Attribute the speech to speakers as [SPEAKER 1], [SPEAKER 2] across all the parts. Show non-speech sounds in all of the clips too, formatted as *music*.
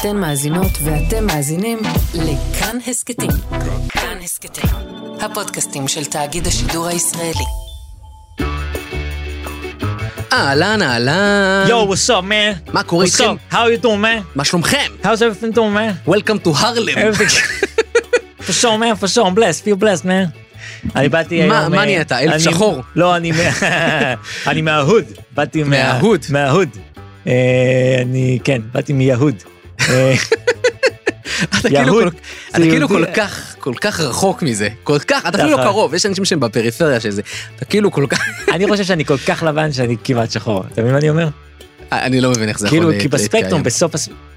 [SPEAKER 1] אתן מאזינות ואתם מאזינים לכאן הסכתים. כאן הסכתים, הפודקאסטים של תאגיד השידור הישראלי. אהלן, אהלן.
[SPEAKER 2] Yo, what's up, man?
[SPEAKER 1] מה קורה
[SPEAKER 2] What's
[SPEAKER 1] איתכם?
[SPEAKER 2] up? How you doing, man?
[SPEAKER 1] מה שלומכם?
[SPEAKER 2] How's everything doing, man?
[SPEAKER 1] Welcome to Harlem.
[SPEAKER 2] Everything...
[SPEAKER 1] *laughs*
[SPEAKER 2] for sure, man, for sure, I'm blessed, feel blessed, man. אני באתי היום...
[SPEAKER 1] מה- מה
[SPEAKER 2] אה,
[SPEAKER 1] נהיית, אלף
[SPEAKER 2] אני-
[SPEAKER 1] שחור?
[SPEAKER 2] לא, אני מה- *laughs* אני מההוד. באתי מה-
[SPEAKER 1] מההוד.
[SPEAKER 2] מההוד. אה, אני, כן, באתי מיהוד. אה, *laughs*
[SPEAKER 1] אתה כאילו
[SPEAKER 2] יהוד.
[SPEAKER 1] כל-
[SPEAKER 2] זה
[SPEAKER 1] אתה כאילו
[SPEAKER 2] יהודי. נכון.
[SPEAKER 1] כל כך, כל כך רחוק מזה. כל כך, אתה אפילו לא
[SPEAKER 2] ככה.
[SPEAKER 1] קרוב, יש אנשים שהם בפריפריה של זה. אתה כאילו כל כך... *laughs*
[SPEAKER 2] אני חושב שאני כל כך לבן שאני כמעט שחור, אתה מבין מה אני אומר?
[SPEAKER 1] אני לא מבין איך זה יכול
[SPEAKER 2] כאילו,
[SPEAKER 1] להיות.
[SPEAKER 2] כי בספקטרום, בסוף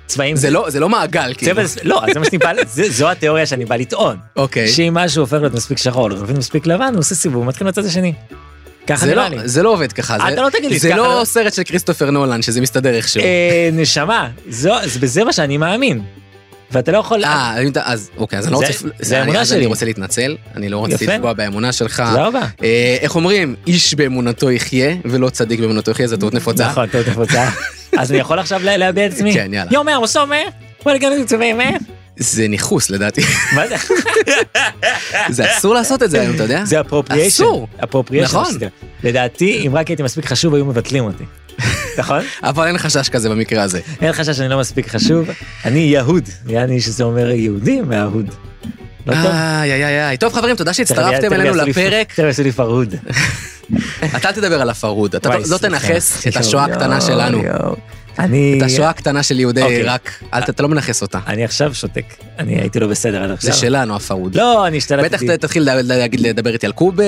[SPEAKER 2] הצבעים...
[SPEAKER 1] כן. זה לא, זה לא מעגל,
[SPEAKER 2] זה
[SPEAKER 1] כאילו.
[SPEAKER 2] בס- לא, זה מה שאני בא... זה- זו התיאוריה שאני בא לטעון.
[SPEAKER 1] אוקיי.
[SPEAKER 2] שאם משהו הופך להיות מספיק שחור, לחלופין מספיק לבן, הוא עושה סיבוב, מתקן לצד השני. ככה
[SPEAKER 1] זה לא,
[SPEAKER 2] נראה לי.
[SPEAKER 1] זה לא עובד ככה.
[SPEAKER 2] אתה
[SPEAKER 1] זה-
[SPEAKER 2] לא תגיד לי,
[SPEAKER 1] זה
[SPEAKER 2] ככה
[SPEAKER 1] לא
[SPEAKER 2] לא-
[SPEAKER 1] סרט של כריסטופר נולן, שזה מסתדר איכשהו.
[SPEAKER 2] אה, נשמה, זו- זה בזה מה שאני מאמין. ואתה לא יכול...
[SPEAKER 1] אה, אם אתה- אז אוקיי, אז אני לא
[SPEAKER 2] זה-
[SPEAKER 1] רוצה...
[SPEAKER 2] זה
[SPEAKER 1] אז אני-
[SPEAKER 2] האמונה
[SPEAKER 1] אז
[SPEAKER 2] שלי.
[SPEAKER 1] אני רוצה להתנצל, אני לא רציתי
[SPEAKER 2] יפה. לא.
[SPEAKER 1] לפגוע באמונה שלך.
[SPEAKER 2] תודה רבה.
[SPEAKER 1] אה, איך אומרים, איש באמונתו יחיה, ולא צדיק באמונתו יחיה, זו טעות נפוצה.
[SPEAKER 2] נכון, טוב, תפוצה. אז אני יכול עכשיו לה- להביע את עצמי?
[SPEAKER 1] כן, יאללה.
[SPEAKER 2] יום מה, עושה מה? וואלה, גם זה מה?
[SPEAKER 1] זה ניכוס
[SPEAKER 2] *laughs*
[SPEAKER 1] לדעתי,
[SPEAKER 2] אה? מה זה?
[SPEAKER 1] זה אסור לעשות את זה היום, אתה יודע?
[SPEAKER 2] זה אפרופריאשן.
[SPEAKER 1] אסור.
[SPEAKER 2] אפרופריאשן.
[SPEAKER 1] נכון.
[SPEAKER 2] לדעתי, אם רק הייתי מספיק חשוב, היו מבטלים אותי. נכון?
[SPEAKER 1] אבל אין חשש כזה במקרה הזה.
[SPEAKER 2] אין חשש שאני לא מספיק חשוב. אני יהוד, יעני שזה אומר יהודי מההוד. לא
[SPEAKER 1] אה,
[SPEAKER 2] טוב?
[SPEAKER 1] איי, איי, איי, איי. טוב חברים, תודה
[SPEAKER 2] תכף
[SPEAKER 1] שהצטרפתם
[SPEAKER 2] יעשו
[SPEAKER 1] אלינו
[SPEAKER 2] לי-
[SPEAKER 1] לפרק.
[SPEAKER 2] תכף יעשו לי פרהוד.
[SPEAKER 1] אתה אל תדבר על הפרהוד, אתה
[SPEAKER 2] וואי,
[SPEAKER 1] לא
[SPEAKER 2] סליחה.
[SPEAKER 1] תנכס את
[SPEAKER 2] יואו,
[SPEAKER 1] השואה הקטנה
[SPEAKER 2] יואו,
[SPEAKER 1] שלנו.
[SPEAKER 2] יואו. אני...
[SPEAKER 1] את השואה הקטנה של יהודי
[SPEAKER 2] אוקיי.
[SPEAKER 1] עיראק, אל ת- אתה לא מנכס אותה.
[SPEAKER 2] אני עכשיו שותק. אני הייתי לא בסדר עד עכשיו.
[SPEAKER 1] זה שלנו הפרהוד.
[SPEAKER 2] לא, אני
[SPEAKER 1] בטח
[SPEAKER 2] השתלטתי.
[SPEAKER 1] ת- תתחיל ל- להגיד לדבר איתי על קובה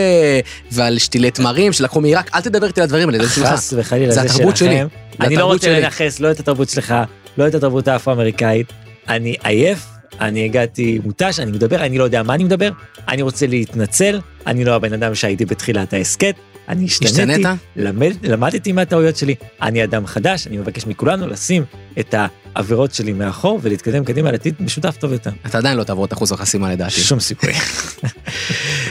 [SPEAKER 1] ועל שתילי תמרים שלקחו מעיראק, אל תדבר איתי על הדברים האלה, זה שלך.
[SPEAKER 2] חס וחלילה,
[SPEAKER 1] זה
[SPEAKER 2] זה
[SPEAKER 1] התרבות שלי.
[SPEAKER 2] שלכם.
[SPEAKER 1] זה
[SPEAKER 2] אני לא
[SPEAKER 1] התרבות
[SPEAKER 2] רוצה
[SPEAKER 1] שלי.
[SPEAKER 2] לנכס לא את התרבות שלך, לא את התרבות האפרו-אמריקאית. אני עייף, אני הגעתי מותש, אני מדבר, אני לא יודע מה אני מדבר. אני רוצה להתנצל, אני לא הבן אדם שהייתי בתחילת ההסכת. אני השתניתי,
[SPEAKER 1] השתנית?
[SPEAKER 2] למד, למדתי מהטעויות שלי, אני אדם חדש, אני מבקש מכולנו לשים את העבירות שלי מאחור ולהתקדם קדימה לעתיד משותף טוב יותר.
[SPEAKER 1] אתה עדיין לא תעבור את אחוז החסימה לדעתי.
[SPEAKER 2] שום סיכוי.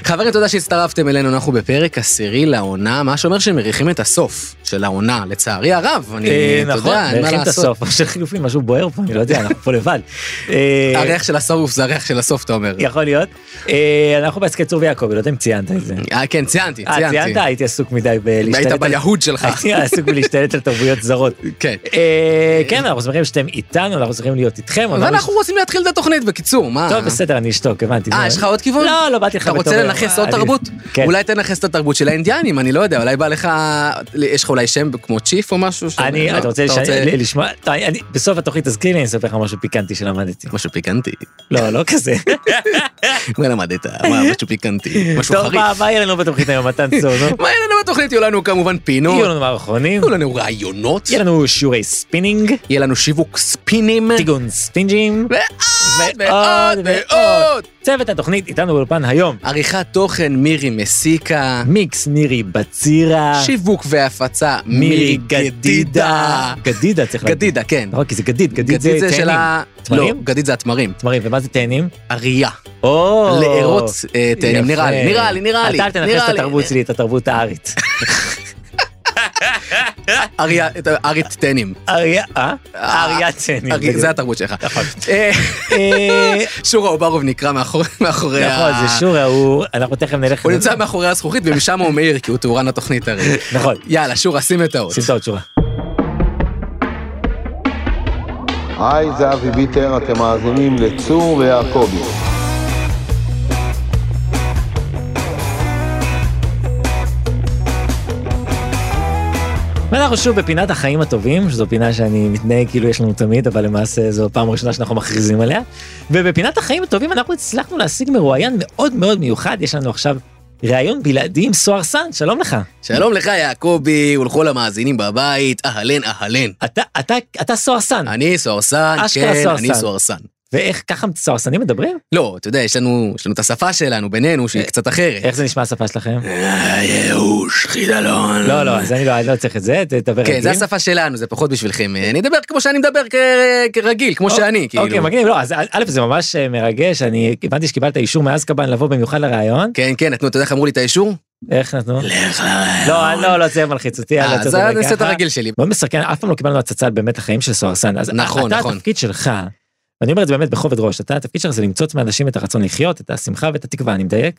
[SPEAKER 1] חברים, תודה שהצטרפתם אלינו, אנחנו בפרק עשירי לעונה, מה שאומר שמריחים את הסוף של העונה, לצערי הרב, אני,
[SPEAKER 2] אה,
[SPEAKER 1] אתה
[SPEAKER 2] נכון,
[SPEAKER 1] יודע, אין מה
[SPEAKER 2] מריחים את
[SPEAKER 1] לעשות.
[SPEAKER 2] הסוף, *laughs* עכשיו חילופין, משהו בוער פה, אני לא יודע, אנחנו פה לבד. אה,
[SPEAKER 1] הריח של הסוף זה הריח של הסוף, אתה אומר.
[SPEAKER 2] יכול להיות. אה, אנחנו בהסכת צור ויעקב, לא יודע אם ציינת את זה.
[SPEAKER 1] אה, כן, ציינתי,
[SPEAKER 2] אה, ציינת?
[SPEAKER 1] ציינתי.
[SPEAKER 2] הייתי עסוק מדי
[SPEAKER 1] היית
[SPEAKER 2] בלהשתלט על... אה,
[SPEAKER 1] ביהוד שלך.
[SPEAKER 2] הייתי עסוק בלהשתלט על תרבויות זרות.
[SPEAKER 1] כן.
[SPEAKER 2] אה, כן, אנחנו שמחים שאתם איתנו, אנחנו צריכים להיות איתכם. עונה
[SPEAKER 1] ואנחנו רוצים להתחיל את התוכנית, בקיצור, מה?
[SPEAKER 2] ראשונה- טוב, בסדר, אני אשתוק, הבנתי.
[SPEAKER 1] אה,
[SPEAKER 2] לא,
[SPEAKER 1] יש לך עוד כיוון?
[SPEAKER 2] לא, לא באתי לך
[SPEAKER 1] אתה רוצה
[SPEAKER 2] בתור-
[SPEAKER 1] לנכס עוד
[SPEAKER 2] אני-
[SPEAKER 1] תרבות?
[SPEAKER 2] כן.
[SPEAKER 1] אולי תנכס את התרבות של האינדיאנים, אני לא יודע, אולי בא לך, יש לך אולי שם כמו צ'יף או משהו? שאתה-
[SPEAKER 2] אני,
[SPEAKER 1] לא?
[SPEAKER 2] אתה רוצה שאני- לשמוע, טוב, אני- אני- בסוף התוכנית תזכיר לי, אני אספר לך משהו פיקנטי שלמדתי.
[SPEAKER 1] משהו פיקנטי. *laughs*
[SPEAKER 2] לא, לא כזה.
[SPEAKER 1] מה למדת? מה,
[SPEAKER 2] *laughs*
[SPEAKER 1] משהו פיקנטי, משהו
[SPEAKER 2] טוב,
[SPEAKER 1] חריף.
[SPEAKER 2] מה- מה יהיה לנו בתוכנית היום, מתן צור, נו?
[SPEAKER 1] מה יהיה לנו בתוכנית? יהיו לנו כמובן פינות,
[SPEAKER 2] יהיו לנו מערכונים,
[SPEAKER 1] יהיו לנו רעיונות,
[SPEAKER 2] יהיה לנו שיעורי ספינינג,
[SPEAKER 1] יהיה לנו שיווק ספינים,
[SPEAKER 2] טיגון ספינג'ים,
[SPEAKER 1] ועוד
[SPEAKER 2] אה, ועוד,
[SPEAKER 1] ועוד ועוד.
[SPEAKER 2] צוות התוכנית איתנו באולפן היום.
[SPEAKER 1] עריכת תוכן מירי מסיקה,
[SPEAKER 2] מיקס מירי בצירה,
[SPEAKER 1] שיווק והפצה מירי גדידה.
[SPEAKER 2] גדידה צריך להגיד.
[SPEAKER 1] גדידה, כן.
[SPEAKER 2] נכון, כי זה גדיד, גדיד זה
[SPEAKER 1] גדיד זה של
[SPEAKER 2] תאנים.
[SPEAKER 1] ה... לא,
[SPEAKER 2] תמרים?
[SPEAKER 1] גדיד זה התמרים.
[SPEAKER 2] תמרים, ומה זה תאנים?
[SPEAKER 1] אריה.
[SPEAKER 2] או...
[SPEAKER 1] לארות אה,
[SPEAKER 2] יפה.
[SPEAKER 1] תאנים, נראה לי, נראה לי, נראה לי.
[SPEAKER 2] אתה אל תנכס
[SPEAKER 1] נראה
[SPEAKER 2] את
[SPEAKER 1] לי.
[SPEAKER 2] התרבות שלי, את
[SPEAKER 1] *laughs*
[SPEAKER 2] התרבות הארית.
[SPEAKER 1] אריה, את ה- ארית תאנים.
[SPEAKER 2] אריה, אה? אריה תאנים.
[SPEAKER 1] אריה,
[SPEAKER 2] בדיוק.
[SPEAKER 1] זה התרבות שלך.
[SPEAKER 2] נכון.
[SPEAKER 1] אה,
[SPEAKER 2] אה,
[SPEAKER 1] שורה אוברוב נקרא מאחורי... מאחורי ה-
[SPEAKER 2] *laughs* נכון, זה שורה, הוא... אנחנו תכף נלך...
[SPEAKER 1] הוא נמצא מאחורי הזכוכית ומשם הוא מאיר כי הוא תאורן התוכנית הרי.
[SPEAKER 2] נכון,
[SPEAKER 1] יאללה, שורה, שים את האות.
[SPEAKER 2] שים את העוד שורה.
[SPEAKER 3] היי, זה אבי ביטר, אתם מאזינים לצור ויעקבי.
[SPEAKER 2] ואנחנו שוב בפינת החיים הטובים, שזו פינה שאני מתנהג כאילו יש לנו תמיד, אבל למעשה זו פעם ראשונה שאנחנו מכריזים עליה. ובפינת החיים הטובים אנחנו הצלחנו להשיג מרואיין מאוד מאוד מיוחד, יש לנו עכשיו ראיון בלעדי עם סוהר סאן, שלום לך.
[SPEAKER 1] שלום לך, יעקבי, ולכל המאזינים בבית, אהלן, אהלן.
[SPEAKER 2] אתה, אתה, אתה סוהר סאן,
[SPEAKER 1] אני סוהרסן,
[SPEAKER 2] אשכרה
[SPEAKER 1] כן, אני
[SPEAKER 2] סוהרסן.
[SPEAKER 1] סוהרסן.
[SPEAKER 2] ואיך ככה סוהר סאנים מדברים?
[SPEAKER 1] לא, אתה יודע, יש לנו יש לנו את השפה שלנו בינינו שהיא
[SPEAKER 2] אה,
[SPEAKER 1] קצת אחרת.
[SPEAKER 2] איך זה נשמע השפה שלכם?
[SPEAKER 1] אה, ייאוש, חידלון.
[SPEAKER 2] לא, לא, אז אני לא, אני לא צריך את זה, ת- תדבר
[SPEAKER 1] כן,
[SPEAKER 2] רגיל.
[SPEAKER 1] זה השפה שלנו, זה פחות בשבילכם. אה, אני אדבר כמו שאני מדבר כ- כרגיל, כמו שאני,
[SPEAKER 2] אוקיי,
[SPEAKER 1] כאילו.
[SPEAKER 2] מגניב, לא, אז א', זה ממש אה, מרגש, אני הבנתי שקיבלת אישור מאזקבאן לבוא במיוחד לראיון.
[SPEAKER 1] כן, כן, נתנו, אתה יודע איך אמרו לי את האישור?
[SPEAKER 2] איך נתנו?
[SPEAKER 1] לך
[SPEAKER 2] לא, לא, לא, זה מלחיץ אותי. יאללה,
[SPEAKER 1] אה,
[SPEAKER 2] תודה
[SPEAKER 1] זה
[SPEAKER 2] רגע
[SPEAKER 1] הסט
[SPEAKER 2] אחד.
[SPEAKER 1] הרגיל שלי.
[SPEAKER 2] מאוד מסכן, אף פעם לא קיבלנו הצצה על באמת החיים של סוהרסן. אז
[SPEAKER 1] נכון,
[SPEAKER 2] אתה,
[SPEAKER 1] נכון.
[SPEAKER 2] התפקיד שלך, ואני אומר את זה באמת בכובד ראש, אתה, התפקיד שלך זה למצוץ מאנשים את הרצון לחיות, את השמחה ואת התקווה, אני מדייק?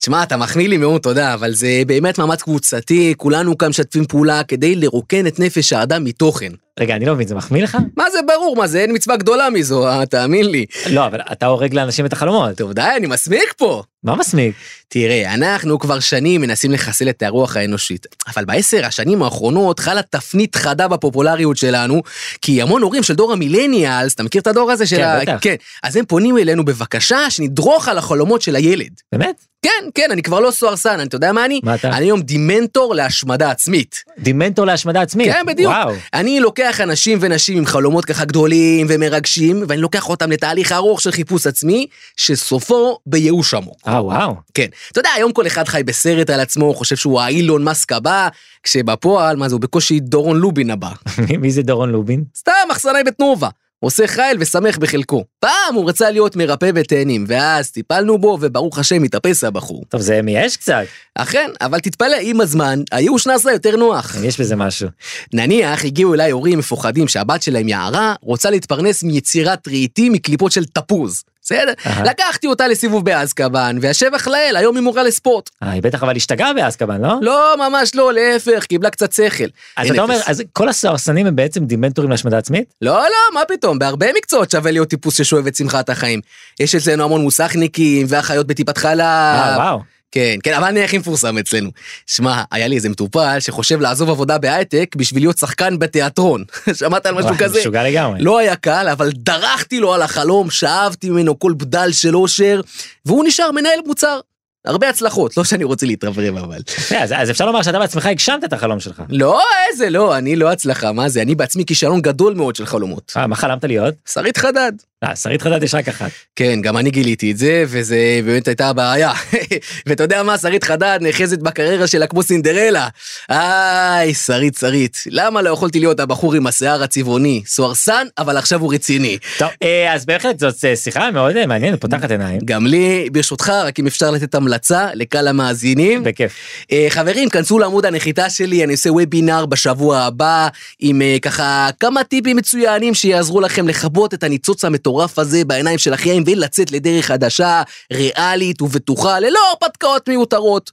[SPEAKER 1] תשמע, אתה מחמיא לי מאוד, תודה, אבל זה באמת מאמץ קבוצתי, כולנו כאן משתפים פעולה כדי לרוקן את נפש האדם מתוכן.
[SPEAKER 2] רגע, אני לא מבין, זה מחמיא לך?
[SPEAKER 1] מה זה ברור, מה זה, אין מצווה גדולה מזו, אה, תאמין לי.
[SPEAKER 2] לא, אבל אתה הורג לאנשים את החלומות.
[SPEAKER 1] טוב, די, אני מסמיק פה.
[SPEAKER 2] מה מסמיק?
[SPEAKER 1] תראה, אנחנו כבר שנים מנסים לחסל את הרוח האנושית, אבל בעשר השנים האחרונות חלה תפנית חדה בפופולריות שלנו, כי המון הורים של דור המילניאלס, אתה מכיר את הדור הזה של
[SPEAKER 2] כן,
[SPEAKER 1] ה...
[SPEAKER 2] בטח.
[SPEAKER 1] כן, אז הם פונים אלינו בבקשה שנדרוך על החלומות של הילד.
[SPEAKER 2] באמת?
[SPEAKER 1] כן, כן, אני כבר לא סוהרסן, אני- אתה יודע מה אני?
[SPEAKER 2] מה אתה?
[SPEAKER 1] אני היום דימנטור להשמדה עצמית.
[SPEAKER 2] דימנטור להשמדה עצמית.
[SPEAKER 1] כן, בדיוק.
[SPEAKER 2] אה, וואו.
[SPEAKER 1] אני לוקח אנשים ונשים עם חלומות ככה גדולים ומרגשים, ואני לוקח אותם לתהליך ארוך של חיפוש עצמי, שסופו בייאוש עמוק.
[SPEAKER 2] אה, וואו. *laughs*
[SPEAKER 1] כן. אתה יודע, היום כל אחד חי בסרט על עצמו, הוא חושב שהוא האילון מאסק הבא, כשבפועל, מה זה, הוא בקושי דורון לובין הבא.
[SPEAKER 2] מי- מי זה דורון לובין?
[SPEAKER 1] סתם מחסנאי בתנובה. עושה חייל ושמח בחלקו. פעם הוא רצה להיות מרפא בתאנים, ואז טיפלנו בו, וברוך השם, התאפס הבחור.
[SPEAKER 2] טוב, זה מייאש קצת,
[SPEAKER 1] אכן, אבל תתפלא, עם הזמן, הייאוש נעשה יותר נוח.
[SPEAKER 2] יש בזה משהו.
[SPEAKER 1] נניח, הגיעו אליי הורים מפוחדים שהבת שלהם יערה, רוצה להתפרנס מיצירת רהיטים מקליפות של תפוז. בסדר?
[SPEAKER 2] אהה.
[SPEAKER 1] לקחתי אותה לסיבוב באזקבאן, והשבח לאל, היום היא מורה לספורט.
[SPEAKER 2] אה, היא בטח אבל השתגעה באזקבאן, לא?
[SPEAKER 1] לא, ממש לא, להפך, קיבלה קצת שכל.
[SPEAKER 2] אז
[SPEAKER 1] אין
[SPEAKER 2] אתה אומר,
[SPEAKER 1] אפס.
[SPEAKER 2] אז כל הסוהרסנים הם בעצם דימנטורים להשמדה עצמית?
[SPEAKER 1] לא, לא, מה פתאום, בהרבה מקצועות שווה להיות טיפוס ששואב את שמחת החיים. יש אצלנו המון מוסכניקים ואחיות בטיפת
[SPEAKER 2] אה,
[SPEAKER 1] חלב.
[SPEAKER 2] וואו.
[SPEAKER 1] כן, כן, אבל אני הכי מפורסם אצלנו. שמע, היה לי איזה מטופל שחושב לעזוב עבודה בהייטק בשביל להיות שחקן בתיאטרון. *laughs* שמעת על משהו
[SPEAKER 2] וואי,
[SPEAKER 1] כזה?
[SPEAKER 2] משוגע לגמרי.
[SPEAKER 1] לא היה קל, אבל דרכתי לו על החלום, שאבתי ממנו כל בדל של אושר, והוא נשאר מנהל מוצר. הרבה הצלחות, לא שאני רוצה להתרברב אבל.
[SPEAKER 2] יפה, אה, אז- אז אפשר לומר שאתה בעצמך הגשמת את החלום שלך.
[SPEAKER 1] לא, איזה לא, אני לא הצלחה, מה זה? אני בעצמי כישלון גדול מאוד של חלומות.
[SPEAKER 2] אה, מה חלמת להיות?
[SPEAKER 1] שרית חדד.
[SPEAKER 2] אה, שרית חדד יש רק אחת.
[SPEAKER 1] כן, גם אני גיליתי את זה, וזה באמת הייתה הבעיה. *laughs* ואתה יודע מה, שרית חדד נאחזת בקריירה שלה כמו סינדרלה. איי, שרית, שרית, למה לא יכולתי להיות הבחור עם השיער הצבעוני? סוהרסן, אבל עכשיו הוא רציני.
[SPEAKER 2] טוב, אה, אז בהחלט זאת אה, שיחה מאוד אה, מעניינת, פותחת עיניים.
[SPEAKER 1] גם לי, ברשותך, רק אם אפשר לתת המלצה לקהל המאזינים.
[SPEAKER 2] בכיף.
[SPEAKER 1] אה, חברים, כנסו לעמוד הנחיתה שלי, אני עושה וובינר בשבוע הבא, עם אה, ככה כמה טיפים מצוינים שיעזרו לכם לכבות את הניצוץ המטורף הזה בעיניים שלכם ולצאת לדרך חדשה, ריאלית ובטוחה, ללא הרפתקאות מיותרות.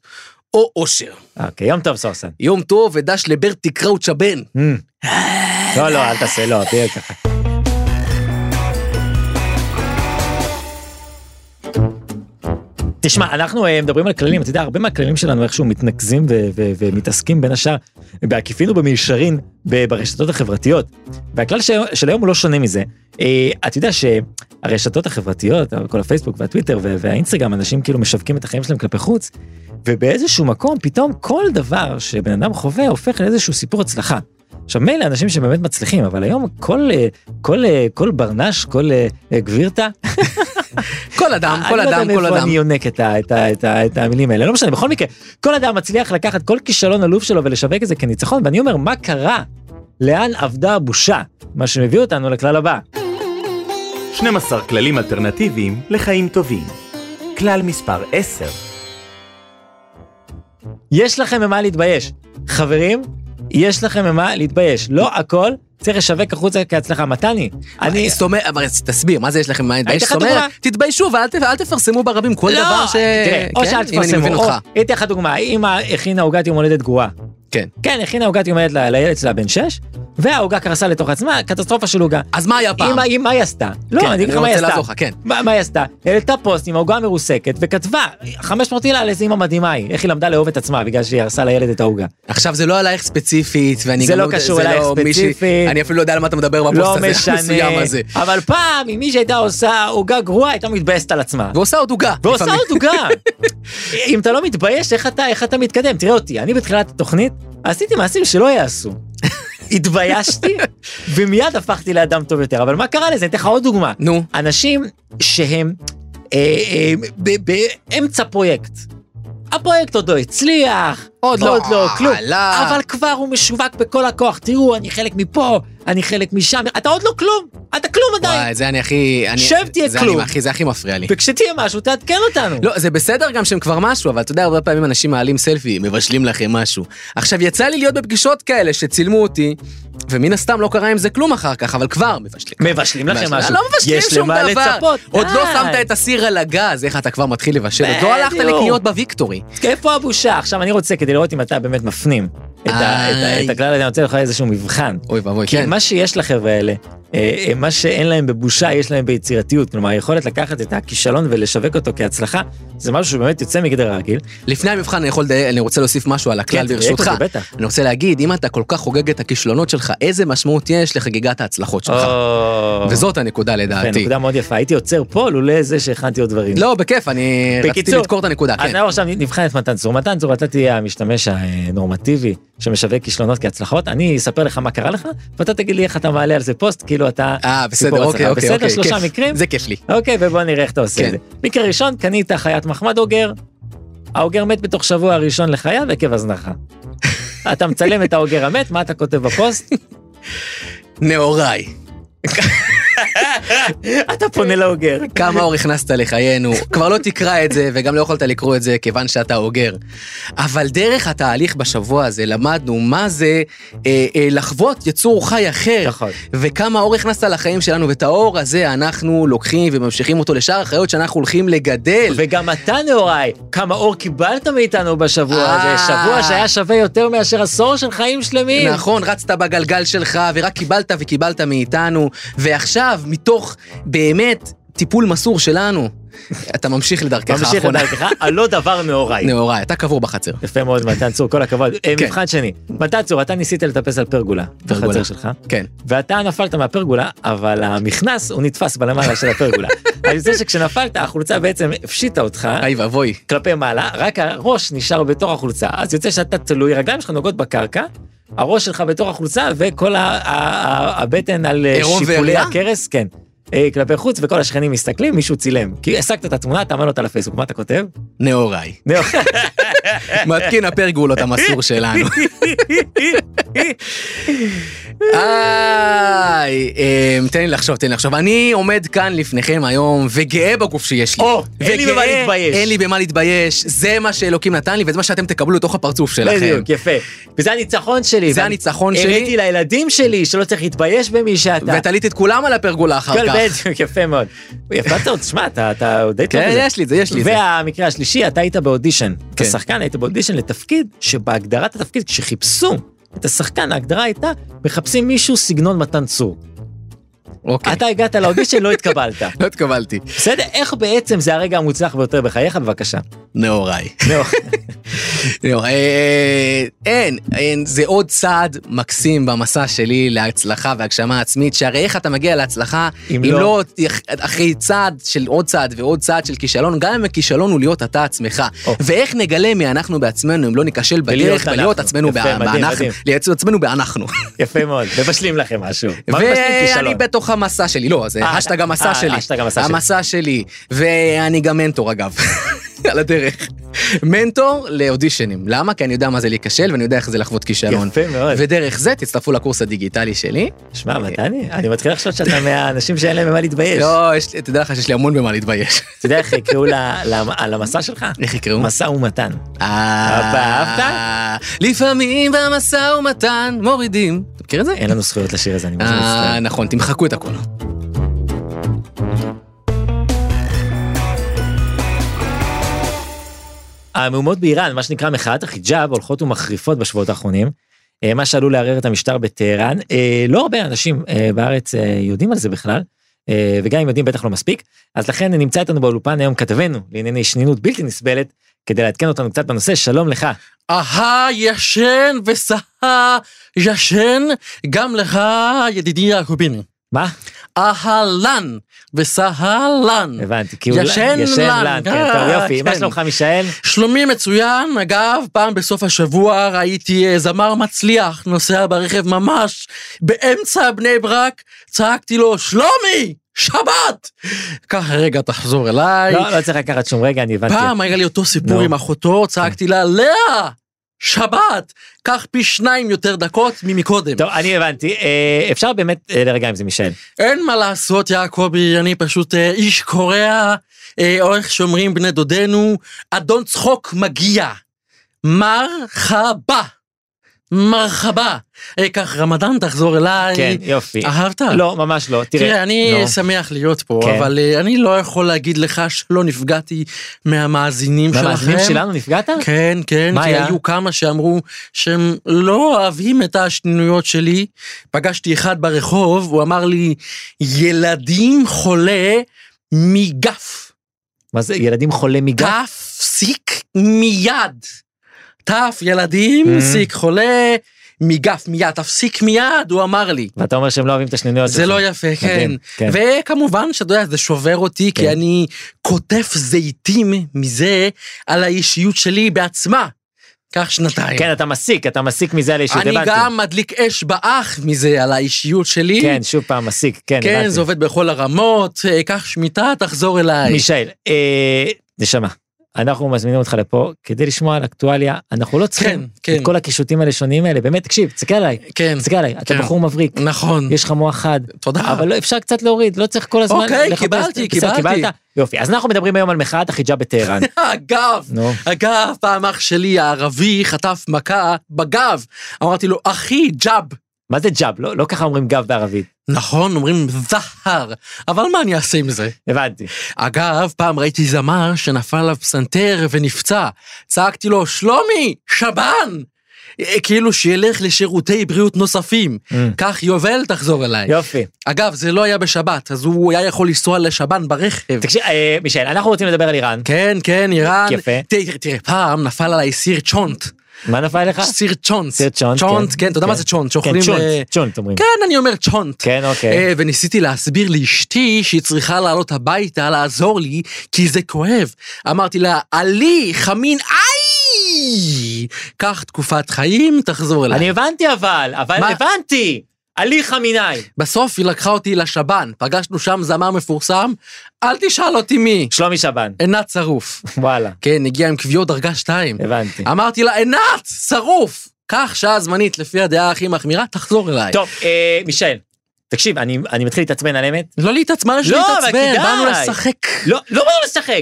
[SPEAKER 1] או אושר.
[SPEAKER 2] אוקיי, יום טוב סורסן.
[SPEAKER 1] יום טוב ודש לברטי קראוץ' הבן.
[SPEAKER 2] Mm. לא, לא, אל תעשה, לא, תהיה ככה. תשמע, אנחנו אה, מדברים על כללים, אתה יודע, הרבה מהכללים שלנו איכשהו מתנקזים ו- ו- ומתעסקים בין השאר בעקיפין ובמישרין ב- ברשתות החברתיות. והכלל של, של היום הוא לא שונה מזה. אה, אתה יודע שהרשתות החברתיות, כל הפייסבוק והטוויטר ו- והאינסטגרם, אנשים כאילו משווקים את החיים שלהם כלפי חוץ, ובאיזשהו מקום פתאום כל דבר שבן אדם חווה הופך לאיזשהו סיפור הצלחה. עכשיו מילא אנשים שבאמת מצליחים, אבל היום כל, אה, כל, אה, כל ברנש, כל אה, אה, גבירתה, *laughs*
[SPEAKER 1] כל אדם, כל
[SPEAKER 2] אני לא
[SPEAKER 1] אדם,
[SPEAKER 2] יודע
[SPEAKER 1] כל
[SPEAKER 2] מאיפה
[SPEAKER 1] אדם.
[SPEAKER 2] אני יונק את, ה, את, ה, את, ה, את המילים האלה, לא משנה, בכל מקרה, כל אדם מצליח לקחת כל כישלון עלוב שלו ולשווק את זה כניצחון, ואני אומר, מה קרה? לאן אבדה הבושה? מה שמביא אותנו לכלל הבא.
[SPEAKER 4] 12 כללים אלטרנטיביים לחיים טובים. כלל מספר 10,
[SPEAKER 2] יש לכם ממה להתבייש. חברים, יש לכם ממה להתבייש. לא הכל צריך לשווק החוצה כהצלחה. מתני, אני...
[SPEAKER 1] זאת אומרת, אבל תסביר, מה זה יש לכם מה להתבייש?
[SPEAKER 2] לך
[SPEAKER 1] זאת אומרת,
[SPEAKER 2] דוגמה.
[SPEAKER 1] תתביישו ואל ת- ואל תפרסמו ברבים כל
[SPEAKER 2] לא,
[SPEAKER 1] דבר ש...
[SPEAKER 2] תראה, או
[SPEAKER 1] כן,
[SPEAKER 2] שאל
[SPEAKER 1] אם אני מבין
[SPEAKER 2] תפרסמו, או,
[SPEAKER 1] אותך.
[SPEAKER 2] הייתי לך דוגמה, אמא הכינה עוגת יום הולדת גרועה.
[SPEAKER 1] כן.
[SPEAKER 2] כן, הכינה עוגת יום הולדת ל- לילד שלה בן 6, והעוגה קרסה לתוך עצמה, קטסטרופה של עוגה.
[SPEAKER 1] אז מה היה פעם?
[SPEAKER 2] אמא, אמא, מה היא עשתה?
[SPEAKER 1] כן,
[SPEAKER 2] לא, אני אגיד לך מה היא
[SPEAKER 1] רוצה
[SPEAKER 2] עשתה.
[SPEAKER 1] לעזור לך, כן.
[SPEAKER 2] מה מה היא עשתה? העלתה פוסט עם העוגה המרוסקת, וכתבה 500 מילה על איזה אמא מדהימה היא, איך היא למדה לאהוב את עצמה בגלל שהיא הרסה לילד את העוגה.
[SPEAKER 1] עכשיו זה לא עלייך ספציפית, ואני
[SPEAKER 2] זה
[SPEAKER 1] גם
[SPEAKER 2] לא
[SPEAKER 1] יודע-
[SPEAKER 2] קשור
[SPEAKER 1] זה
[SPEAKER 2] אלייך
[SPEAKER 1] לא מישהי-
[SPEAKER 2] ספציפית.
[SPEAKER 1] אני אפילו לא יודע על מה אתה מדבר בפוסט
[SPEAKER 2] לא
[SPEAKER 1] הזה, המסוים
[SPEAKER 2] משנה,
[SPEAKER 1] הזה.
[SPEAKER 2] אבל פעם, אם מישהי הייתה עושה עוגה גרועה, הייתה מתבאסת על עצמה.
[SPEAKER 1] ועושה עוד עוגה.
[SPEAKER 2] ועושה
[SPEAKER 1] לפעמים.
[SPEAKER 2] עוד עוגה. אם אתה לא מתבייש, איך אתה, איך אתה מתקדם? תראה אותי, אני בתחילת התוכנית עשיתי מעשים שלא יעשו. התביישתי, ומיד הפכתי לאדם טוב יותר. אבל מה קרה לזה? אני אתן לך עוד דוגמה.
[SPEAKER 1] נו,
[SPEAKER 2] אנשים שהם אה, אה, ב- באמצע פרויקט. הפרויקט עוד לא הצליח, עוד לא, עוד לא, כלום.
[SPEAKER 1] עלה.
[SPEAKER 2] אבל כבר הוא משווק בכל הכוח, תראו, אני חלק מפה, אני חלק משם, אתה עוד לא כלום, אתה כלום
[SPEAKER 1] *laughs*
[SPEAKER 2] עדיין.
[SPEAKER 1] וואי, זה אני הכי... אני-
[SPEAKER 2] שב, תהיה
[SPEAKER 1] זה
[SPEAKER 2] כלום.
[SPEAKER 1] אני- אחי, זה הכי מפריע לי.
[SPEAKER 2] וכשתהיה משהו, תעדכן אותנו.
[SPEAKER 1] לא, זה בסדר גם שהם כבר משהו, אבל אתה יודע, הרבה פעמים אנשים מעלים סלפי, מבשלים לכם משהו. עכשיו, יצא לי להיות בפגישות כאלה שצילמו אותי, ומן הסתם לא קרה עם זה כלום אחר כך, אבל כבר מבשלים.
[SPEAKER 2] מבשלים לכם
[SPEAKER 1] מבשלים.
[SPEAKER 2] משהו.
[SPEAKER 1] לא מבשלים
[SPEAKER 2] יש
[SPEAKER 1] שום
[SPEAKER 2] למה
[SPEAKER 1] דבר.
[SPEAKER 2] לצפות.
[SPEAKER 1] עוד לא
[SPEAKER 2] די.
[SPEAKER 1] שמת את הסיר על הגז, איך אתה כבר מתחיל לבשל? עוד לא הלכת
[SPEAKER 2] בדיוק.
[SPEAKER 1] לקניות בוויקטורי.
[SPEAKER 2] איפה הבושה? עכשיו אני רוצה, כדי לראות אם אתה באמת מפנים את ה- את ה-
[SPEAKER 1] איי.
[SPEAKER 2] את הכלל הזה, אני רוצה לך איזשהו מבחן.
[SPEAKER 1] אוי ואבוי,
[SPEAKER 2] כי
[SPEAKER 1] כן.
[SPEAKER 2] מה שיש לחבר'ה האלה, אה, אה, מה שאין להם בבושה, יש להם ביצירתיות. כלומר, היכולת לקחת את הכישלון ולשווק אותו כהצלחה, זה משהו שבאמת יוצא מגדר הרגיל.
[SPEAKER 1] לפני המבחן אני יכול, לדייק- אני רוצה להוסיף משהו על הכלל
[SPEAKER 2] כן, תדייק
[SPEAKER 1] ברשותך.
[SPEAKER 2] אותו, בטח.
[SPEAKER 1] אני רוצה להגיד, אם אתה כל כך חוגג את הכישלונות שלך, איזה משמעות יש לחגיגת ההצלחות שלך? וזאת הנקודה
[SPEAKER 2] כן,
[SPEAKER 1] לדעתי.
[SPEAKER 2] נקודה מאוד יפה. הייתי עוצר פה לולא זה שהכנתי עוד דברים.
[SPEAKER 1] לא, בכיף, אני רציתי
[SPEAKER 2] בקיצור,
[SPEAKER 1] לדקור את הנקודה,
[SPEAKER 2] אז
[SPEAKER 1] כן.
[SPEAKER 2] אנחנו עכשיו נבחן את מתן צור. מתן צור, אתה תהיה המשתמש הנורמטיבי שמשווק כישלונות כהצלחות. אני אספר לך מה קרה לך, ואתה תגיד לי איך אתה מעלה על זה פוסט, כאילו אתה...
[SPEAKER 1] אה, בסדר,
[SPEAKER 2] סיפור
[SPEAKER 1] אוקיי,
[SPEAKER 2] הצלחה.
[SPEAKER 1] אוקיי,
[SPEAKER 2] בסדר,
[SPEAKER 1] אוקיי,
[SPEAKER 2] שלושה
[SPEAKER 1] כיף.
[SPEAKER 2] מקרים.
[SPEAKER 1] זה כיף לי.
[SPEAKER 2] אוקיי, ובוא נראה איך אתה עושה
[SPEAKER 1] כן.
[SPEAKER 2] את זה. מקרה ראשון, קנית חיית מחמד אוגר, האוגר מת בתוך שבוע הראשון לחייו עקב הזנחה. אתה מצלם את האוגר המת, מה אתה כותב
[SPEAKER 1] *laughs*
[SPEAKER 2] בפוסט?
[SPEAKER 1] נאוריי,
[SPEAKER 2] אתה פונה לאוגר.
[SPEAKER 1] כמה אור הכנסת לחיינו, כבר לא תקרא את זה וגם לא יכולת לקרוא את זה כיוון שאתה אוגר. אבל דרך התהליך בשבוע הזה למדנו מה זה אה, אה, לחוות יצור חי אחר,
[SPEAKER 2] נכון.
[SPEAKER 1] וכמה אור הכנסת לחיים שלנו, ואת האור הזה אנחנו לוקחים וממשיכים אותו לשאר החיות שאנחנו הולכים לגדל.
[SPEAKER 2] וגם אתה נאורי, כמה אור קיבלת מאיתנו בשבוע
[SPEAKER 1] אה.
[SPEAKER 2] הזה, שבוע שהיה שווה יותר מאשר עשור של חיים שלמים.
[SPEAKER 1] נכון, רצת בגלגל שלך, ורק קיבלת וקיבלת מאיתנו, ועכשיו, מתוך באמת טיפול מסור שלנו, אתה ממשיך לדרכך
[SPEAKER 2] ממשיך
[SPEAKER 1] האחרונה.
[SPEAKER 2] לדרכך, הלא דבר נאורי.
[SPEAKER 1] נאורי, אתה קבור בחצר.
[SPEAKER 2] יפה מאוד, מתן צור, כל הכבוד. אה, מבחן שני, מתן צור, אתה ניסית לטפס על פרגולה,
[SPEAKER 1] כן. פרגולה.
[SPEAKER 2] בחצר שלך.
[SPEAKER 1] כן.
[SPEAKER 2] ואתה נפלת מהפרגולה, אבל המכנס הוא נתפס בלמעלה של
[SPEAKER 1] *laughs*
[SPEAKER 2] הפרגולה. אני רוצה שכשנפלת, החולצה בעצם הפשיטה אותך
[SPEAKER 1] אוי ואבוי.
[SPEAKER 2] כלפי מעלה, רק הראש נשאר בתוך החולצה. אז יוצא שאתה תלוי, רגליים שלך נוגעות בקרקע, הראש שלך בתוך החולצה, וכל ה- ה- ה- הבטן על אה,
[SPEAKER 1] עירום
[SPEAKER 2] שיפולי
[SPEAKER 1] ועריה?
[SPEAKER 2] הכרס, כן. אה, כלפי חוץ, וכל השכנים מסתכלים, מישהו צילם. כי השגת את התמונה, אתה מעלה אותה לפייסבוק, מה אתה
[SPEAKER 1] *laughs*
[SPEAKER 2] כותב?
[SPEAKER 1] נאוריי.
[SPEAKER 2] נו,
[SPEAKER 1] מתקין הפרגולות המסור שלנו. איי, אמ, תן לי לחשוב, תן לי לחשוב. אני עומד כאן לפניכם היום וגאה בגוף שיש לי.
[SPEAKER 2] או, אין לי
[SPEAKER 1] וגאה,
[SPEAKER 2] במה להתבייש.
[SPEAKER 1] אין לי במה להתבייש. זה מה שאלוקים נתן לי וזה מה שאתם תקבלו לתוך הפרצוף שלכם.
[SPEAKER 2] בדיוק, יפה. וזה הניצחון שלי.
[SPEAKER 1] זה
[SPEAKER 2] ואני-
[SPEAKER 1] הניצצחון
[SPEAKER 2] הראיתי
[SPEAKER 1] שלי,
[SPEAKER 2] לילדים שלי שלא צריך להתבייש במי שאתה.
[SPEAKER 1] ותלית את כולם על הפרגולה אחר
[SPEAKER 2] כל
[SPEAKER 1] כך.
[SPEAKER 2] כן, בדיוק, יפה מאוד. יפה טוב, תשמע, אתה- אתה עוד די טוב
[SPEAKER 1] כן,
[SPEAKER 2] בזה.
[SPEAKER 1] יש לי את זה, יש לי את זה.
[SPEAKER 2] והמקרה השלישי, אתה היית באודישן. אתה
[SPEAKER 1] כן.
[SPEAKER 2] שחקן, היית באודישן לתפקיד שבהגדרת התפקיד, כשחיפשו את השחקן, ההגדרה הייתה, מחפשים מישהו סגנון מתן צור.
[SPEAKER 1] אוקיי.
[SPEAKER 2] אתה הגעת לאודישן, לא
[SPEAKER 1] *laughs*
[SPEAKER 2] התקבלת.
[SPEAKER 1] לא התקבלתי.
[SPEAKER 2] בסדר? איך בעצם זה הרגע המוצלח ביותר בחייך? בבקשה.
[SPEAKER 1] נאוריי.
[SPEAKER 2] נו, *laughs*
[SPEAKER 1] לא, אה, אין, אין, זה עוד צעד מקסים במסע שלי להצלחה והגשמה עצמית, שהרי איך אתה מגיע להצלחה
[SPEAKER 2] אם
[SPEAKER 1] אם
[SPEAKER 2] לא-
[SPEAKER 1] לא אחרי צעד של עוד צעד ועוד צעד של כישלון, גם אם הכישלון הוא להיות אתה עצמך.
[SPEAKER 2] או.
[SPEAKER 1] ואיך נגלה מי אנחנו בעצמנו אם לא ניכשל
[SPEAKER 2] בלהיות
[SPEAKER 1] בדרך בלהיות
[SPEAKER 2] אנחנו.
[SPEAKER 1] עצמנו
[SPEAKER 2] יפה,
[SPEAKER 1] בא-
[SPEAKER 2] מדהים,
[SPEAKER 1] באנחנו,
[SPEAKER 2] מדהים.
[SPEAKER 1] לייצר עצמנו באנחנו.
[SPEAKER 2] יפה מאוד, מבשלים לכם משהו. מה מבשלים
[SPEAKER 1] ואני
[SPEAKER 2] כישלון?
[SPEAKER 1] בתוך המסע שלי, לא, זה
[SPEAKER 2] אה,
[SPEAKER 1] האשטג
[SPEAKER 2] אה,
[SPEAKER 1] המסע שלי.
[SPEAKER 2] האשטג המסע שלי.
[SPEAKER 1] המסע שלי, ואני גם מנטור אגב, *laughs* על הדרך. מנטור לאודישנים, למה? כי אני יודע מה זה להיכשל ואני יודע איך זה לחוות כישלון.
[SPEAKER 2] יפה מאוד.
[SPEAKER 1] ודרך זה תצטרפו לקורס הדיגיטלי שלי.
[SPEAKER 2] שמע, מתני, אני מתחיל לחשוב שאתה מהאנשים שאין להם ממה להתבייש.
[SPEAKER 1] לא, יש לי- תדע לך שיש לי המון במה להתבייש.
[SPEAKER 2] אתה יודע איך יקראו ל- למ- על המסע שלך?
[SPEAKER 1] איך יקראו?
[SPEAKER 2] משא ומתן.
[SPEAKER 1] אה,
[SPEAKER 2] אבא, *laughs* אהבת?
[SPEAKER 1] לפעמים במשא ומתן מורידים. אתה מכיר את זה?
[SPEAKER 2] אין לנו זכויות לשיר הזה, אני ממש מצטער.
[SPEAKER 1] אה, נכון, תמחקו את הכול.
[SPEAKER 2] המהומות באיראן, מה שנקרא מחאת החיג'אב, הולכות ומחריפות בשבועות האחרונים. אה, מה שעלול לערער את המשטר בטהרן. אה, לא הרבה אנשים אה, בארץ אה, יודעים על זה בכלל, אה, וגם אם יודעים בטח לא מספיק. אז לכן נמצא איתנו באולפן היום כתבנו לענייני שנינות בלתי נסבלת, כדי לעדכן אותנו קצת בנושא, שלום לך.
[SPEAKER 5] אהה, ישן וסהה, ישן, גם לך, ידידי יעקוביני.
[SPEAKER 2] מה?
[SPEAKER 5] אהלן וסהלן.
[SPEAKER 2] הבנתי, כי הוא
[SPEAKER 5] ישן לן,
[SPEAKER 2] כן, טוב,
[SPEAKER 5] אה,
[SPEAKER 2] יופי, מה
[SPEAKER 5] כן.
[SPEAKER 2] שלומך מישאל?
[SPEAKER 5] שלומי מצוין, אגב, פעם בסוף השבוע ראיתי אה, זמר מצליח נוסע ברכב ממש באמצע בני ברק, צעקתי לו, שלומי, שבת! קח רגע, תחזור אליי.
[SPEAKER 2] לא, לא צריך לקחת שום רגע, אני לא, הבנתי.
[SPEAKER 5] פעם היה לי אותו סיפור
[SPEAKER 2] נו.
[SPEAKER 5] עם אחותו, צעקתי לה, לאה,
[SPEAKER 1] שבת, קח פי שניים יותר דקות ממקודם.
[SPEAKER 2] טוב, אני הבנתי. אה, אפשר באמת אה, להירגע עם זה, מישל.
[SPEAKER 1] אין מה לעשות, יעקבי, אני פשוט אה, איש קורע, אה, או איך שאומרים בני דודינו, אדון צחוק מגיע. מרחבה. מרחבה. אה, כך, רמדאן, תחזור אליי.
[SPEAKER 2] כן, יופי.
[SPEAKER 5] אה,
[SPEAKER 1] אהבת?
[SPEAKER 2] לא, ממש לא. תראה.
[SPEAKER 1] אה. תראה, אני
[SPEAKER 2] נו.
[SPEAKER 1] שמח להיות פה,
[SPEAKER 2] כן.
[SPEAKER 1] אבל אה, אני לא יכול להגיד לך שלא נפגעתי מהמאזינים שלכם.
[SPEAKER 2] במאזינים שלנו נפגעת?
[SPEAKER 1] כן, כן,
[SPEAKER 2] מה
[SPEAKER 1] כי
[SPEAKER 2] היה?
[SPEAKER 1] היו כמה שאמרו שהם לא אוהבים את השנינויות שלי. פגשתי אחד ברחוב, הוא אמר לי, ילדים חולה מגף.
[SPEAKER 2] מה זה, ילדים חולה מגף?
[SPEAKER 1] תפסיק מיד. תף, ילדים,
[SPEAKER 2] Mm.
[SPEAKER 1] סיק חולה, מגף מיד, תפסיק מיד, הוא אמר לי.
[SPEAKER 2] ואתה אומר שהם לא אוהבים את השנינויות
[SPEAKER 1] זה
[SPEAKER 2] שלך.
[SPEAKER 1] לא יפה, כן.
[SPEAKER 2] מדהים, כן.
[SPEAKER 1] וכמובן שאתה יודע, זה שובר אותי, כי
[SPEAKER 2] כן.
[SPEAKER 1] אני קוטף זיתים מזה על האישיות שלי בעצמה. קח שנתיים.
[SPEAKER 2] כן, אתה מסיק, אתה מסיק מזה על האישיות,
[SPEAKER 1] אני
[SPEAKER 2] הבנתי.
[SPEAKER 1] גם מדליק אש באח מזה על האישיות שלי.
[SPEAKER 2] כן, שוב פעם, מסיק, כן,
[SPEAKER 1] כן,
[SPEAKER 2] הבנתי.
[SPEAKER 1] זה עובד בכל הרמות, אה, קח שמיטה, תחזור אליי.
[SPEAKER 2] מישל, אה, נשמה, אנחנו מזמינים אותך לפה כדי לשמוע על אקטואליה, אנחנו לא צריכים
[SPEAKER 1] כן, כן.
[SPEAKER 2] את כל הקישוטים הלשוניים האלה, באמת, תקשיב, תסתכל עליי,
[SPEAKER 1] כן,
[SPEAKER 2] תסתכל עליי, אתה
[SPEAKER 1] כן.
[SPEAKER 2] בחור מבריק,
[SPEAKER 1] נכון.
[SPEAKER 2] יש לך מוח חד,
[SPEAKER 1] תודה.
[SPEAKER 2] אבל לא, אפשר קצת להוריד, לא צריך כל הזמן
[SPEAKER 1] אוקיי,
[SPEAKER 2] לחפש-
[SPEAKER 1] קיבלתי,
[SPEAKER 2] בסדר,
[SPEAKER 1] קיבלתי.
[SPEAKER 2] קיבלת? יופי, אז אנחנו מדברים היום על מחאת
[SPEAKER 1] *laughs*
[SPEAKER 2] החיג'אב בטהרן.
[SPEAKER 1] אגב,
[SPEAKER 2] נו.
[SPEAKER 1] אגב, פעם אח שלי הערבי חטף מכה בגב. אמרתי לו, אחי, ג'אב.
[SPEAKER 2] מה זה ג'אב? לא לא ככה אומרים גב בערבית.
[SPEAKER 1] נכון, אומרים זהר, אבל מה אני אעשה עם זה?
[SPEAKER 2] הבנתי.
[SPEAKER 1] אגב, פעם ראיתי זמר שנפל עליו פסנתר ונפצע. צעקתי לו, שלומי, שב"ן! אה, כאילו שילך לשירותי בריאות נוספים.
[SPEAKER 2] Mm.
[SPEAKER 1] כך יובל תחזור אליי.
[SPEAKER 2] יופי.
[SPEAKER 1] אגב, זה לא היה בשבת, אז הוא היה יכול לנסוע לשב"ן ברכב.
[SPEAKER 2] תקשיב, אה, מישל, אנחנו רוצים לדבר על איראן.
[SPEAKER 1] כן, כן, איראן.
[SPEAKER 2] יפה.
[SPEAKER 1] תראה, תראה, פעם נפל עליי סיר צ'ונט.
[SPEAKER 2] מה נפל לך?
[SPEAKER 1] סיר צ'ונט.
[SPEAKER 2] סיר צ'ונט,
[SPEAKER 1] צ'ונט,
[SPEAKER 2] כן.
[SPEAKER 1] כן, אתה יודע
[SPEAKER 2] כן.
[SPEAKER 1] מה זה צ'ונט?
[SPEAKER 2] כן,
[SPEAKER 1] שאוכלים... אה,
[SPEAKER 2] צ'ונט, צ'ונט אומרים.
[SPEAKER 1] כן, אני אומר צ'ונט.
[SPEAKER 2] כן, אוקיי.
[SPEAKER 1] אה, וניסיתי להסביר לאשתי שהיא צריכה לעלות הביתה, לעזור לי, כי זה כואב. אמרתי לה, עלי, חמין, איי! קח תקופת חיים, תחזור אליי.
[SPEAKER 2] אני הבנתי אבל, אבל
[SPEAKER 1] מה?
[SPEAKER 2] הבנתי! עלי חמיני.
[SPEAKER 1] בסוף היא לקחה אותי לשב"ן, פגשנו שם זמר מפורסם, אל תשאל אותי מי.
[SPEAKER 2] שלומי שבן.
[SPEAKER 1] עינת
[SPEAKER 2] *laughs*
[SPEAKER 1] שרוף.
[SPEAKER 2] וואלה,
[SPEAKER 1] כן, הגיעה עם כוויות דרגה 2.
[SPEAKER 2] הבנתי.
[SPEAKER 1] אמרתי לה, עינת, שרוף! קח שעה זמנית לפי הדעה הכי מחמירה, תחזור אליי.
[SPEAKER 2] טוב, אה, מישל, תקשיב, אני אני מתחיל להתעצבן על אמת.
[SPEAKER 1] לא להתעצבן, יש
[SPEAKER 2] לא, אבל
[SPEAKER 1] להתעצבן,
[SPEAKER 2] כדאי.
[SPEAKER 1] באנו לשחק.
[SPEAKER 2] לא, לא באנו לשחק!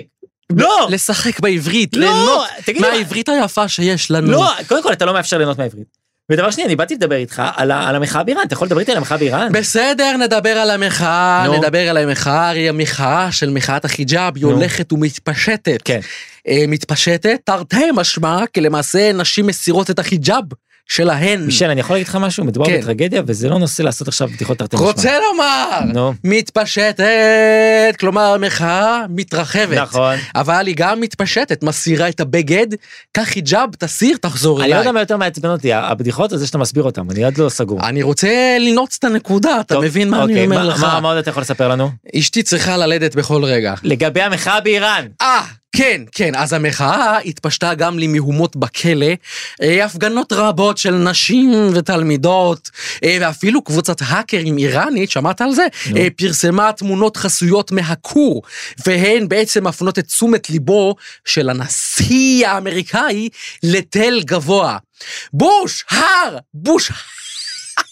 [SPEAKER 2] לא!
[SPEAKER 1] לשחק בעברית,
[SPEAKER 2] לא!
[SPEAKER 1] ליהנות
[SPEAKER 2] תגיד לי,
[SPEAKER 1] מהעברית היפה שיש לנו.
[SPEAKER 2] לא, קודם כל אתה לא מאפשר ליהנות מהעברית. ודבר שני, אני באתי לדבר איתך על ה- על המחאה באיראן, אתה יכול לדבר איתי על המחאה באיראן?
[SPEAKER 1] בסדר, נדבר על המחאה,
[SPEAKER 2] נו.
[SPEAKER 1] נדבר על המחאה, הרי המחאה של מחאת החיג'אב היא
[SPEAKER 2] נו.
[SPEAKER 1] הולכת ומתפשטת.
[SPEAKER 2] כן.
[SPEAKER 1] אה, מתפשטת, תרתי משמע, כי למעשה נשים מסירות את החיג'אב שלהן.
[SPEAKER 2] מישל, אני יכול להגיד לך משהו? מדובר
[SPEAKER 1] כן.
[SPEAKER 2] בטרגדיה, וזה לא נושא לעשות עכשיו בדיחות תרתי משמע.
[SPEAKER 1] רוצה לומר,
[SPEAKER 2] נו.
[SPEAKER 1] מתפשטת, כלומר המחאה מתרחבת.
[SPEAKER 2] נכון.
[SPEAKER 1] אבל היא גם מתפשטת, מסירה את הבגד, קח חיג'אב, תסיר, תחזור
[SPEAKER 2] אני לא
[SPEAKER 1] אליי.
[SPEAKER 2] יודע מה יותר מעצבן אותי, הבדיחות או זה שאתה מסביר אותן, אני עוד לא סגור.
[SPEAKER 1] אני רוצה לנעוץ את הנקודה, אתה
[SPEAKER 2] טוב,
[SPEAKER 1] מבין מה אני
[SPEAKER 2] אוקיי,
[SPEAKER 1] אומר לך?
[SPEAKER 2] מה- מה עוד אתה יכול לספר לנו?
[SPEAKER 1] אשתי צריכה ללדת בכל רגע.
[SPEAKER 2] לגבי המחאה באיראן.
[SPEAKER 1] אה, כן, כן, אז המחאה התפשטה גם למהומות בכלא, אה, הפגנות רבות של נשים ותלמידות, אה, ואפילו קבוצת האקרים איראנית, שמעת על זה?
[SPEAKER 2] נו.
[SPEAKER 1] אה, פרסמה תמונות חסויות מהכור, והן בעצם מפנות את תשומת ליבו של הנשיא האמריקאי לתל גבוה. בוש, הר, בוש,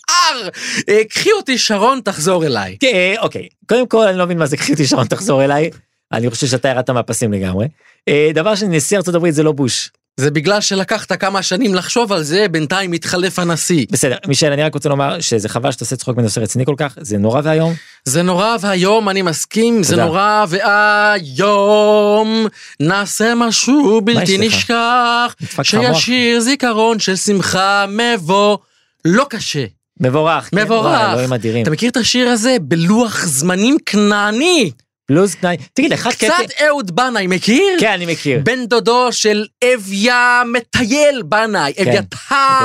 [SPEAKER 1] הר, אה, קחי אותי שרון, תחזור אליי.
[SPEAKER 2] אה, אוקיי, קודם כל אני לא מבין מה זה, קחי אותי שרון, תחזור אליי. אני חושב שאתה ירדת מהפסים לגמרי. אה, דבר שני, נשיא ארצות הברית זה לא בוש.
[SPEAKER 1] זה בגלל שלקחת כמה שנים לחשוב על זה, בינתיים התחלף הנשיא.
[SPEAKER 2] בסדר, מישל, אני רק רוצה לומר שזה חבל שאתה עושה צחוק מנושא רציני כל כך, זה נורא ואיום.
[SPEAKER 1] זה נורא ואיום, אני מסכים, זה
[SPEAKER 2] תודה.
[SPEAKER 1] נורא ואיום. נעשה משהו בלתי
[SPEAKER 2] יש לך?
[SPEAKER 1] נשכח,
[SPEAKER 2] נדפק לך המוח.
[SPEAKER 1] שישיר זיכרון של שמחה מבוא. לא קשה,
[SPEAKER 2] מבורך. כן,
[SPEAKER 1] מבורך.
[SPEAKER 2] וואי, אלוהים אדירים.
[SPEAKER 1] אתה מכיר את השיר הזה? בלוח זמנים כנעני.
[SPEAKER 2] פלוס תנאי. תגיד, לך קטע...
[SPEAKER 1] קצת אהוד בנאי, מכיר?
[SPEAKER 2] כן, אני מכיר.
[SPEAKER 1] בן דודו של אביה מטייל בנאי, אביתר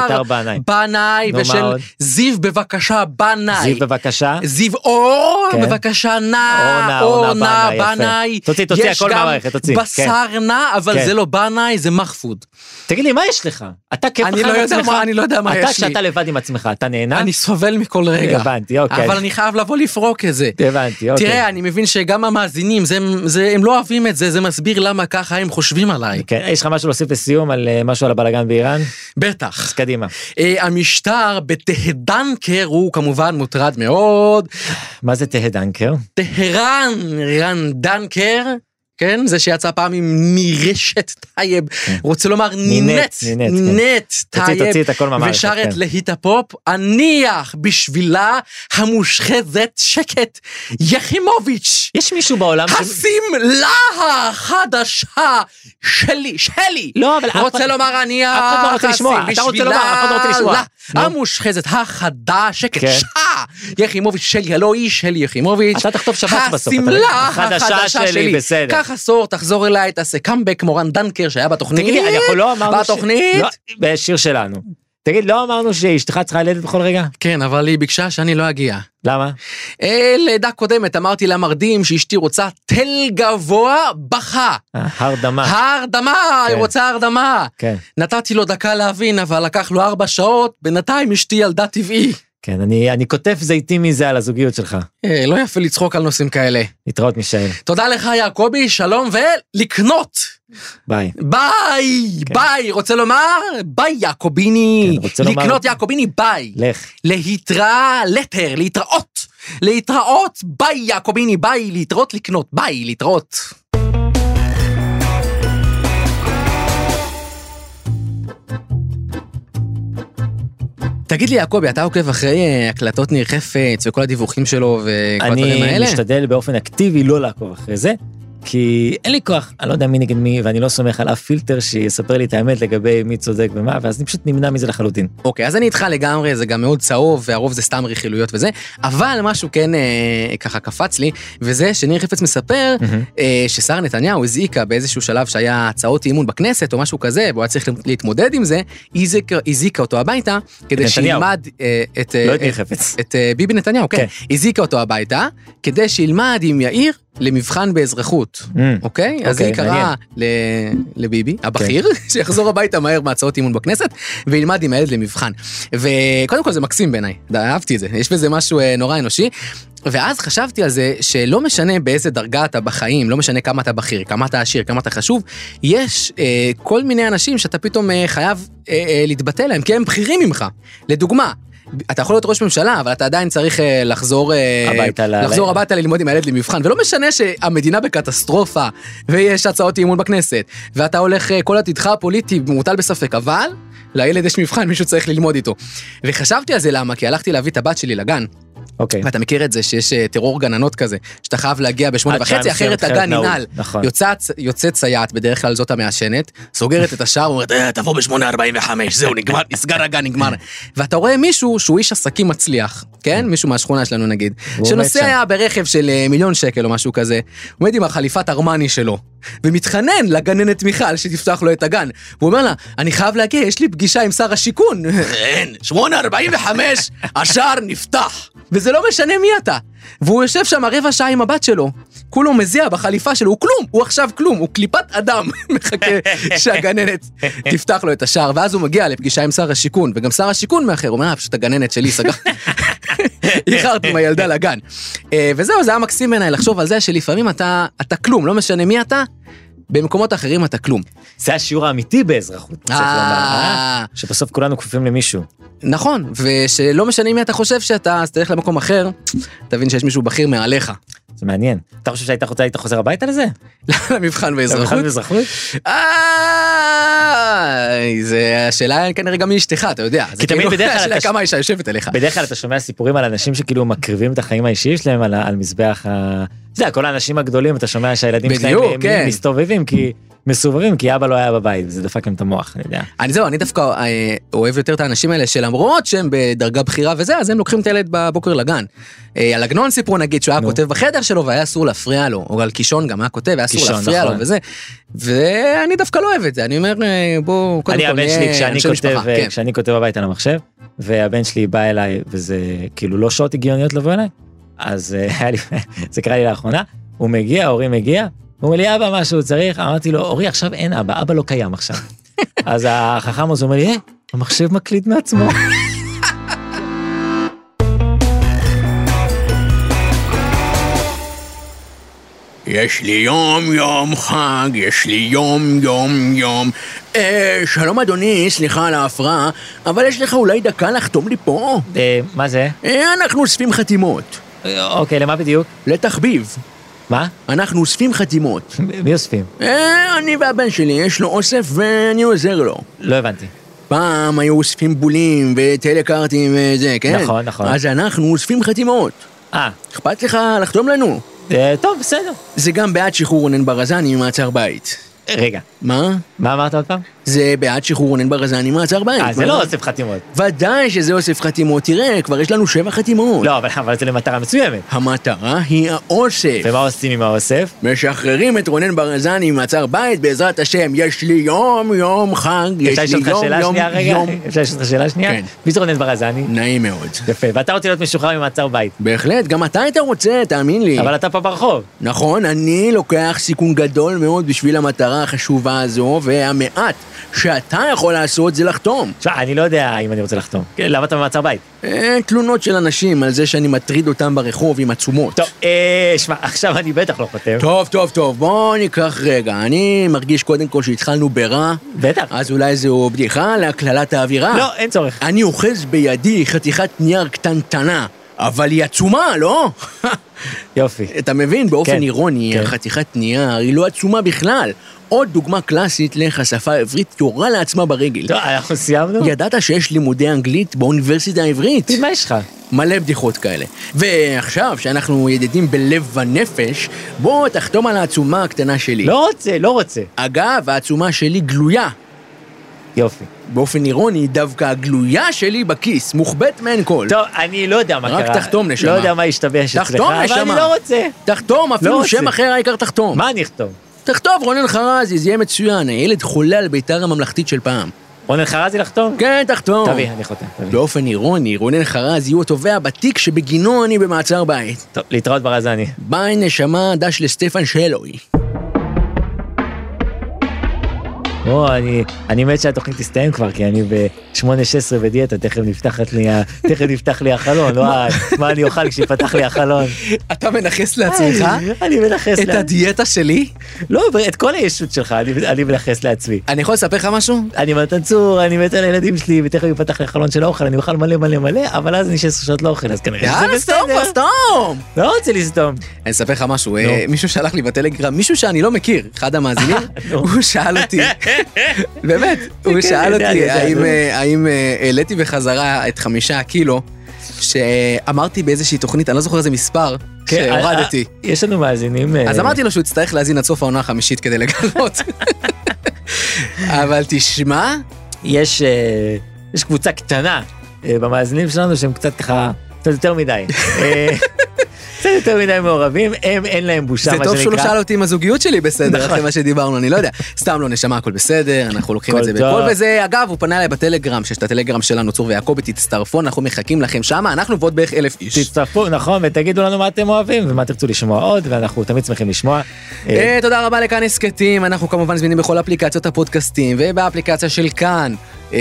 [SPEAKER 2] קטר בעיניים.
[SPEAKER 1] בנאי,
[SPEAKER 2] כן, נו, מה
[SPEAKER 1] ושל
[SPEAKER 2] עוד?
[SPEAKER 1] זיו בבקשה בנאי.
[SPEAKER 2] זיו, בבקשה.
[SPEAKER 1] זיו אור,
[SPEAKER 2] כן.
[SPEAKER 1] בבקשה נא,
[SPEAKER 2] אורנה, אורנה, בנאי, יפה.
[SPEAKER 1] בנאי.
[SPEAKER 2] תוציא, תוציא,
[SPEAKER 1] יש
[SPEAKER 2] הכל
[SPEAKER 1] גם
[SPEAKER 2] מהמערכת, תוציא,
[SPEAKER 1] בשר נא, אבל
[SPEAKER 2] כן.
[SPEAKER 1] זה לא בנאי, זה מחפוד.
[SPEAKER 2] תגיד לי, מה יש לך? אתה כיף לך
[SPEAKER 1] אני
[SPEAKER 2] עם
[SPEAKER 1] לא יודע
[SPEAKER 2] עצמך?
[SPEAKER 1] מה- אני לא יודע מה
[SPEAKER 2] אתה,
[SPEAKER 1] יש לי.
[SPEAKER 2] כשאתה לבד עם עצמך, אתה נהנה?
[SPEAKER 1] אני סובל מכל רגע.
[SPEAKER 2] אה? הבנתי, אוקיי.
[SPEAKER 1] אבל אני חייב לבוא לפרוק את זה.
[SPEAKER 2] הבנתי, אוקיי.
[SPEAKER 1] תראה, אני מבין שגם המאזינים, זה, זה, הם לא אוהבים את זה, זה מסביר למה ככה הם חושבים עליי.
[SPEAKER 2] כן, יש לך משהו להוסיף לסיום על אה, משהו על הבלאגן באיראן?
[SPEAKER 1] בטח.
[SPEAKER 2] אז קדימה.
[SPEAKER 1] אה, המשטר בטהדנקר הוא כמובן מוטרד מאוד,
[SPEAKER 2] מה זה טהדנקר?
[SPEAKER 1] טהרן, רן דנקר, כן? זה שיצא פעם עם נירשת טייב, רוצה לומר נינט,
[SPEAKER 2] נינט, כן.
[SPEAKER 1] נינט
[SPEAKER 2] תוציא,
[SPEAKER 1] טייב,
[SPEAKER 2] תוציא את הכל מהמערכת,
[SPEAKER 1] ושר את
[SPEAKER 2] כן.
[SPEAKER 1] להיט הפופ, אניח בשבילה המושחזת שקט יחימוביץ'.
[SPEAKER 2] יש מישהו בעולם ש...
[SPEAKER 1] השמלה החדשה שלי, שלי.
[SPEAKER 2] לא, אבל אף אחד-
[SPEAKER 1] רוצה לומר אני
[SPEAKER 2] אף אחד לא רוצה לשמוע, אתה רוצה לומר, אף אחד לא רוצה לשמוע. נו.
[SPEAKER 1] המושחזת החדשקת,
[SPEAKER 2] כן.
[SPEAKER 1] שעה, יחימוביץ' שלי, הלא היא שלי יחימוביץ'.
[SPEAKER 2] אתה תכתוב שבת בסוף, אתה
[SPEAKER 1] השמלה
[SPEAKER 2] מבין? החדשה
[SPEAKER 1] החדשה
[SPEAKER 2] שלי,
[SPEAKER 1] שלי.
[SPEAKER 2] בסדר.
[SPEAKER 1] קח עשור, תחזור אליי, תעשה קאמבק מורן דנקר שהיה בתוכנית.
[SPEAKER 2] תגידי, אנחנו לא אמרנו... ש-
[SPEAKER 1] בתוכנית.
[SPEAKER 2] לא, בשיר שלנו. תגיד, לא אמרנו שאשתך צריכה ללדת בכל רגע?
[SPEAKER 1] כן, אבל היא ביקשה שאני לא אגיע.
[SPEAKER 2] למה?
[SPEAKER 1] אה, לידה קודמת אמרתי למרדים שאשתי רוצה תל גבוה בכה.
[SPEAKER 2] אה, הרדמה.
[SPEAKER 1] הרדמה, היא
[SPEAKER 2] כן.
[SPEAKER 1] רוצה הרדמה.
[SPEAKER 2] כן,
[SPEAKER 1] נתתי לו דקה להבין, אבל לקח לו ארבע שעות, בינתיים אשתי ילדה טבעי.
[SPEAKER 2] כן, אני אני כותב זיתים מזה על הזוגיות שלך.
[SPEAKER 1] אה, לא יפה לצחוק על נושאים כאלה.
[SPEAKER 2] להתראות מישאל,
[SPEAKER 1] תודה לך, יעקבי, שלום ולקנות.
[SPEAKER 2] ביי.
[SPEAKER 1] ביי,
[SPEAKER 2] כן.
[SPEAKER 1] ביי. רוצה לומר? ביי, יעקוביני.
[SPEAKER 2] כן, רוצה לומר-
[SPEAKER 1] לקנות, יעקוביני, ביי.
[SPEAKER 2] לך.
[SPEAKER 1] להתרא... לטר, להתראות. להתראות, ביי, יעקוביני, ביי. להתראות, לקנות, ביי, להתראות. תגיד לי, יעקבי, אתה עוקב אחרי אה, הקלטות ניר חפץ וכל הדיווחים שלו וכל הדברים
[SPEAKER 2] אני
[SPEAKER 1] האלה?
[SPEAKER 2] משתדל באופן אקטיבי לא לעקוב אחרי זה, כי אין לי כוח, אני לא יודע מי נגד מי, ואני לא סומך על אף פילטר שיספר לי את האמת לגבי מי צודק ומה, ואז אני פשוט נמנע מזה לחלוטין.
[SPEAKER 1] אוקיי, אז אני איתך לגמרי, זה גם מאוד צהוב, והרוב זה סתם רכילויות וזה, אבל משהו כן אה, ככה קפץ לי, וזה שניר חפץ מספר אה, ששרה נתניהו הזעיקה באיזשהו שלב שהיה הצעות אי אמון בכנסת או משהו כזה, והוא היה צריך להתמודד עם זה, הזעיקה- הזעיקה אותו הביתה, כדי
[SPEAKER 2] נתניהו.
[SPEAKER 1] שילמד אה, את... אה,
[SPEAKER 2] לא את ניר חפץ.
[SPEAKER 1] את אה, ביבי נתניהו, כן. הזעיקה אותו הביתה, כדי שילמד עם יאיר למבחן באזרחות.
[SPEAKER 2] אה,
[SPEAKER 1] אוקיי? אז
[SPEAKER 2] אוקיי,
[SPEAKER 1] היא קראה
[SPEAKER 2] מעניין.
[SPEAKER 1] ל- לביבי, הבכיר, *laughs* שיחזור הביתה מהר מהצעות אימון בכנסת, וילמד עם הילד למבחן. וקודם כל זה מקסים בעיניי, ד- אהבתי את זה, יש בזה משהו אה, נורא אנושי. ואז חשבתי על זה שלא משנה באיזה דרגה אתה בחיים, לא משנה כמה אתה בכיר, כמה אתה עשיר, כמה אתה חשוב, יש אה, כל מיני אנשים שאתה פתאום אה, חייב אה, אה, להתבטא להם, כי הם בכירים ממך. לדוגמה, אתה יכול להיות ראש ממשלה, אבל אתה עדיין צריך אה, לחזור... אה,
[SPEAKER 2] הביתה ל-
[SPEAKER 1] לחזור
[SPEAKER 2] ל-
[SPEAKER 1] הביתה ללמוד עם הילד למבחן, ולא משנה שהמדינה בקטסטרופה, ויש הצעות אי אמון בכנסת, ואתה הולך, אה, כל עתידך הפוליטי מוטל בספק, אבל לילד יש מבחן, מישהו צריך ללמוד איתו. וחשבתי על זה למה, כי הלכתי להביא את הבת שלי לגן,
[SPEAKER 2] אוקיי.
[SPEAKER 1] ואתה מכיר את זה שיש אה, טרור גננות כזה, שאתה חייב להגיע בשמונה
[SPEAKER 2] עד שעה
[SPEAKER 1] וחצי, אחרת
[SPEAKER 2] מסוימת
[SPEAKER 1] הגן
[SPEAKER 2] חייב נעול.
[SPEAKER 1] ננעל.
[SPEAKER 2] נכון.
[SPEAKER 1] יוצאת, יוצאת סייעת, בדרך כלל זאת המעשנת, סוגרת את השער, אומרת, אה, תבוא ב-8.45, זהו,
[SPEAKER 2] *laughs*
[SPEAKER 1] נגמר, נסגר הגן, נגמר. ואתה רואה מישהו שהוא איש עסקים מצליח, כן? מישהו מהשכונה שלנו נגיד,
[SPEAKER 2] עומד
[SPEAKER 1] שנוסע
[SPEAKER 2] שם.
[SPEAKER 1] ברכב של אה, מיליון שקל או משהו כזה, עומד עם החליפת ארמני שלו, ומתחנן לגננת מיכל שתפתח לו את הגן. והוא אומר לה, אני חייב להגיע, יש לי פגישה עם שר השיכון. *laughs* אין, 8.45, השער נפתח. וזה לא משנה מי אתה. והוא יושב שם רבע שעה עם הבת שלו, כולו מזיע בחליפה שלו, הוא כלום, הוא עכשיו כלום, הוא קליפת אדם, *laughs* מחכה שהגננת תפתח לו את השער, ואז הוא מגיע לפגישה עם שר השיכון, וגם שר השיכון מאחר, הוא אומר, "אה, פשוט הגננת שלי *laughs* סגר, איחרת עם הילדה לגן. אה, וזהו, זה היה מקסים בעיניי לחשוב על זה שלפעמים אתה, אתה כלום, לא משנה מי אתה, במקומות אחרים אתה כלום.
[SPEAKER 2] זה השיעור האמיתי באזרחות, צריך לומר, אה?
[SPEAKER 1] אה,
[SPEAKER 2] שבסוף כולנו כפופים למישהו.
[SPEAKER 1] נכון, ושלא משנה מי אתה חושב שאתה, אז תלך למקום אחר, תבין שיש מישהו בכיר מעליך. *laughs*
[SPEAKER 2] זה מעניין. אתה חושב שהיית חוזר, היית חוזר הביתה לזה?
[SPEAKER 1] למבחן
[SPEAKER 2] אתה
[SPEAKER 1] באזרחות.
[SPEAKER 2] בכלל באזרחות?
[SPEAKER 1] איי, אה, זה השאלה כנראה גם מאשתך, אתה יודע. זה
[SPEAKER 2] כי תמיד
[SPEAKER 1] כאילו
[SPEAKER 2] בדרך כלל
[SPEAKER 1] השאלה
[SPEAKER 2] אתה-
[SPEAKER 1] כמה האישה יושבת עליך.
[SPEAKER 2] בדרך כלל אתה שומע סיפורים על אנשים שכאילו מקריבים את החיים האישיים שלהם על, ה- על מזבח ה... אתה יודע, כל האנשים הגדולים, אתה שומע שהילדים
[SPEAKER 1] בדיוק,
[SPEAKER 2] שלהם
[SPEAKER 1] כן.
[SPEAKER 2] כן. מסתובבים כי... מסובבים כי אבא לא היה בבית, וזה דפק להם את המוח, אני יודע.
[SPEAKER 1] אני זהו, אני דווקא אה, אוהב יותר את האנשים האלה שלמרות שהם בדרגה בכירה וזה, אז הם לוקחים את הילד בבוקר לגן. אה, על עגנון סיפרו נגיד שהוא היה
[SPEAKER 2] נו.
[SPEAKER 1] כותב בחדר שלו והיה אסור להפריע לו, או על קישון גם היה כותב, היה אסור
[SPEAKER 2] קישון,
[SPEAKER 1] להפריע לו
[SPEAKER 2] נכון.
[SPEAKER 1] וזה. ואני דווקא לא אוהב את זה, אני אומר, אה, בואו, קודם
[SPEAKER 2] אני
[SPEAKER 1] כל
[SPEAKER 2] הבן שלי,
[SPEAKER 1] נהיה
[SPEAKER 2] כשאני
[SPEAKER 1] אנשי
[SPEAKER 2] כותב, אה,
[SPEAKER 1] משפחה. כן.
[SPEAKER 2] כשאני כותב הביתה על המחשב, והבן שלי בא אליי, וזה כאילו לא שעות הגיוניות לבוא אליי, אז אה, *laughs* היה לי, זה קרה לי לאחרונה, הוא מגיע, אורי מגיע, הוא אומר לי, אבא, מה שהוא צריך, אמרתי לו, אורי, עכשיו אין אבא, אבא לא
[SPEAKER 1] *laughs*
[SPEAKER 2] קיים עכשיו. אז החכם הזה אומר לי, אה, המחשב מקליט
[SPEAKER 1] *laughs*
[SPEAKER 2] מעצמו.
[SPEAKER 1] יש לי יום יום חג, יש לי יום יום יום. אה, שלום אדוני, סליחה על ההפרעה, אבל יש לך אולי דקה לחתום לי פה?
[SPEAKER 2] אה, מה זה?
[SPEAKER 1] אה, אנחנו אוספים חתימות.
[SPEAKER 2] אה, אוקיי, למה בדיוק?
[SPEAKER 1] לתחביב.
[SPEAKER 2] מה?
[SPEAKER 1] אנחנו אוספים חתימות.
[SPEAKER 2] מ- מי אוספים?
[SPEAKER 1] אה, אני והבן שלי, יש לו אוסף ואני עוזר לו.
[SPEAKER 2] לא הבנתי.
[SPEAKER 1] פעם היו אוספים בולים וטלקארטים וזה, כן?
[SPEAKER 2] נכון, נכון.
[SPEAKER 1] אז אנחנו אוספים חתימות.
[SPEAKER 2] אה,
[SPEAKER 1] אכפת לך לחתום לנו?
[SPEAKER 2] אה, טוב, בסדר.
[SPEAKER 1] זה גם בעד שחרור רונן ברזני ממעצר בית.
[SPEAKER 2] אה, רגע,
[SPEAKER 1] מה?
[SPEAKER 2] מה אמרת עוד פעם?
[SPEAKER 1] זה בעד שחרור רונן ברזני ממעצר בית.
[SPEAKER 2] אה, זה
[SPEAKER 1] מה?
[SPEAKER 2] לא אוסף חתימות.
[SPEAKER 1] ודאי שזה אוסף חתימות. תראה, כבר יש לנו שבע חתימות.
[SPEAKER 2] לא, אבל- אבל זה למטרה מסוימת.
[SPEAKER 1] המטרה היא האוסף.
[SPEAKER 2] ומה עושים עם האוסף?
[SPEAKER 1] משחררים את רונן ברזני ממעצר בית, בעזרת השם, יש לי יום יום חג, יש
[SPEAKER 2] אפשר
[SPEAKER 1] לי
[SPEAKER 2] לשאול
[SPEAKER 1] יום
[SPEAKER 2] אותך שאלה
[SPEAKER 1] יום
[SPEAKER 2] שנייה רגע?
[SPEAKER 1] יום.
[SPEAKER 2] אפשר לשאול אותך שאלה שנייה?
[SPEAKER 1] כן.
[SPEAKER 2] מי זה רונן ברזני?
[SPEAKER 1] נעים מאוד.
[SPEAKER 2] יפה, ואתה רוצה להיות משוחרר ממעצר בית.
[SPEAKER 1] בהחלט, גם אתה היית רוצה, תאמין לי.
[SPEAKER 2] אבל אתה פה ברחוב.
[SPEAKER 1] נכון, אני לוקח סיכון גדול מאוד בשביל המטרה החשובה הזו, והמעט שאתה יכול לעשות זה לחתום.
[SPEAKER 2] תשמע, אני לא יודע אם אני רוצה לחתום. כן, למה אתה במעצר בית?
[SPEAKER 1] אה, תלונות של אנשים על זה שאני מטריד אותם ברחוב עם עצומות.
[SPEAKER 2] טוב, אה, שמע, עכשיו אני בטח לא חותם.
[SPEAKER 1] טוב, טוב, טוב, בואו ניקח רגע. אני מרגיש קודם כל שהתחלנו ברע,
[SPEAKER 2] בטח.
[SPEAKER 1] אז אולי זו בדיחה להקללת האווירה.
[SPEAKER 2] לא, אין צורך.
[SPEAKER 1] אני אוחז בידי חתיכת נייר קטנטנה, אבל היא עצומה, לא? *laughs*
[SPEAKER 2] יופי.
[SPEAKER 1] אתה מבין, באופן
[SPEAKER 2] כן,
[SPEAKER 1] אירוני,
[SPEAKER 2] כן.
[SPEAKER 1] החתיכת נייר היא לא עצומה בכלל. עוד דוגמה קלאסית לאיך השפה העברית יורה לעצמה ברגל.
[SPEAKER 2] טוב, אנחנו סיימנו?
[SPEAKER 1] ידעת שיש לימודי אנגלית באוניברסיטה העברית?
[SPEAKER 2] תגיד, מה יש לך?
[SPEAKER 1] מלא בדיחות כאלה. ועכשיו, שאנחנו ידידים בלב ונפש, בוא תחתום על העצומה הקטנה שלי.
[SPEAKER 2] לא רוצה, לא רוצה.
[SPEAKER 1] אגב, העצומה שלי גלויה.
[SPEAKER 2] יופי.
[SPEAKER 1] באופן אירוני, דווקא הגלויה שלי בכיס, מוחבאת מעין כל.
[SPEAKER 2] טוב, אני לא יודע מה קרה.
[SPEAKER 1] רק תחתום, נשמה.
[SPEAKER 2] לא יודע מה השתבש אצלך,
[SPEAKER 1] תחתום,
[SPEAKER 2] אבל אני
[SPEAKER 1] נשמה.
[SPEAKER 2] לא רוצה.
[SPEAKER 1] תחתום, אפילו
[SPEAKER 2] לא רוצה.
[SPEAKER 1] שם אחר העיקר תחתום.
[SPEAKER 2] מה אני אכתוב?
[SPEAKER 1] תכתוב רונן חרזי, זה יהיה מצוין, הילד חולה על בית"ר הממלכתית של פעם.
[SPEAKER 2] רונן חרזי לחתום?
[SPEAKER 1] כן, לא. תחתום.
[SPEAKER 2] תביא, אני חותם. תביא.
[SPEAKER 1] באופן אירוני, רונן חרזי הוא התובע בתיק שבגינו אני במעצר בית.
[SPEAKER 2] טוב, להתראות ברזני.
[SPEAKER 1] ביי נשמה דש לסטפן שלוי.
[SPEAKER 2] או, אני- אני מת שהתוכנית תסתיים כבר, כי אני ב-8-16 בדיאטה, תכף נפתחת לי ה- תכף נפתח לי החלון, וואי, מה אני אוכל כשיפתח לי החלון.
[SPEAKER 6] *laughs* אתה מנכס
[SPEAKER 2] אני מנכס לעצמי.
[SPEAKER 6] הדיאטה שלי?
[SPEAKER 2] לא, את כל הישות שלך אני- אני מנכס לעצמי.
[SPEAKER 6] אני יכול לספר לך משהו?
[SPEAKER 2] אני מתן צור, אני מת על הילדים שלי, ותכף יפתח לי החלון של האוכל, אני אוכל מלא מלא מלא, אבל אז אני 16 שעות לא אוכל, אז כנראה שזה
[SPEAKER 6] יאללה, סתום
[SPEAKER 2] בסדר.
[SPEAKER 6] כבר, סתום!
[SPEAKER 2] לא רוצה לסתום.
[SPEAKER 6] אני אספר לך משהו, אה, מישהו שלח לי בטלגרם, מישהו שאני לא מכיר, אחד המאזינים,
[SPEAKER 2] *laughs* נו.
[SPEAKER 6] הוא שאל אותי,
[SPEAKER 2] *laughs*
[SPEAKER 6] באמת, הוא
[SPEAKER 2] כן, אני
[SPEAKER 6] שאל
[SPEAKER 2] יודע, אני
[SPEAKER 6] אותי
[SPEAKER 2] יודע,
[SPEAKER 6] האם
[SPEAKER 2] נו.
[SPEAKER 6] אה, האם, אה, העליתי בחזרה את חמישה הקילו, שאמרתי באיזושהי תוכנית, אני לא זוכר איזה מספר,
[SPEAKER 2] כן,
[SPEAKER 6] שהורדתי.
[SPEAKER 2] אה, יש לנו מאזינים. אה,
[SPEAKER 6] אז אמרתי לו שהוא יצטרך להאזין עד סוף העונה החמישית כדי לגלות.
[SPEAKER 2] *laughs*
[SPEAKER 6] אבל תשמע,
[SPEAKER 2] יש אה, יש קבוצה קטנה אה, במאזינים שלנו שהם קצת ככה, קצת יותר מדי.
[SPEAKER 6] *laughs*
[SPEAKER 2] אה, קצת יותר מדי מעורבים, הם אין להם בושה,
[SPEAKER 6] זה
[SPEAKER 2] מה
[SPEAKER 6] טוב שהוא לא
[SPEAKER 2] שנקרא.
[SPEAKER 6] שאל אותי אם הזוגיות שלי בסדר,
[SPEAKER 2] נכון.
[SPEAKER 6] אחרי מה שדיברנו, אני לא יודע. סתם לא, נשמה, הכל בסדר, אנחנו לוקחים
[SPEAKER 2] הכל
[SPEAKER 6] את זה
[SPEAKER 2] טוב.
[SPEAKER 6] בכל וזה. אגב, הוא פנה אליי בטלגרם, שיש את הטלגרם שלנו, צור ויעקבי, תצטרפו, אנחנו מחכים לכם שמה, אנחנו ועוד בערך אלף איש.
[SPEAKER 2] תצטרפו, נכון, ותגידו לנו מה אתם אוהבים ומה תרצו לשמוע עוד, ואנחנו תמיד שמחים לשמוע. אה,
[SPEAKER 6] אה, תודה רבה לכאן הסכתים, אנחנו כמובן זמינים בכל אפליקציות הפודקאסטים ובאפליקציה של כאן. אה,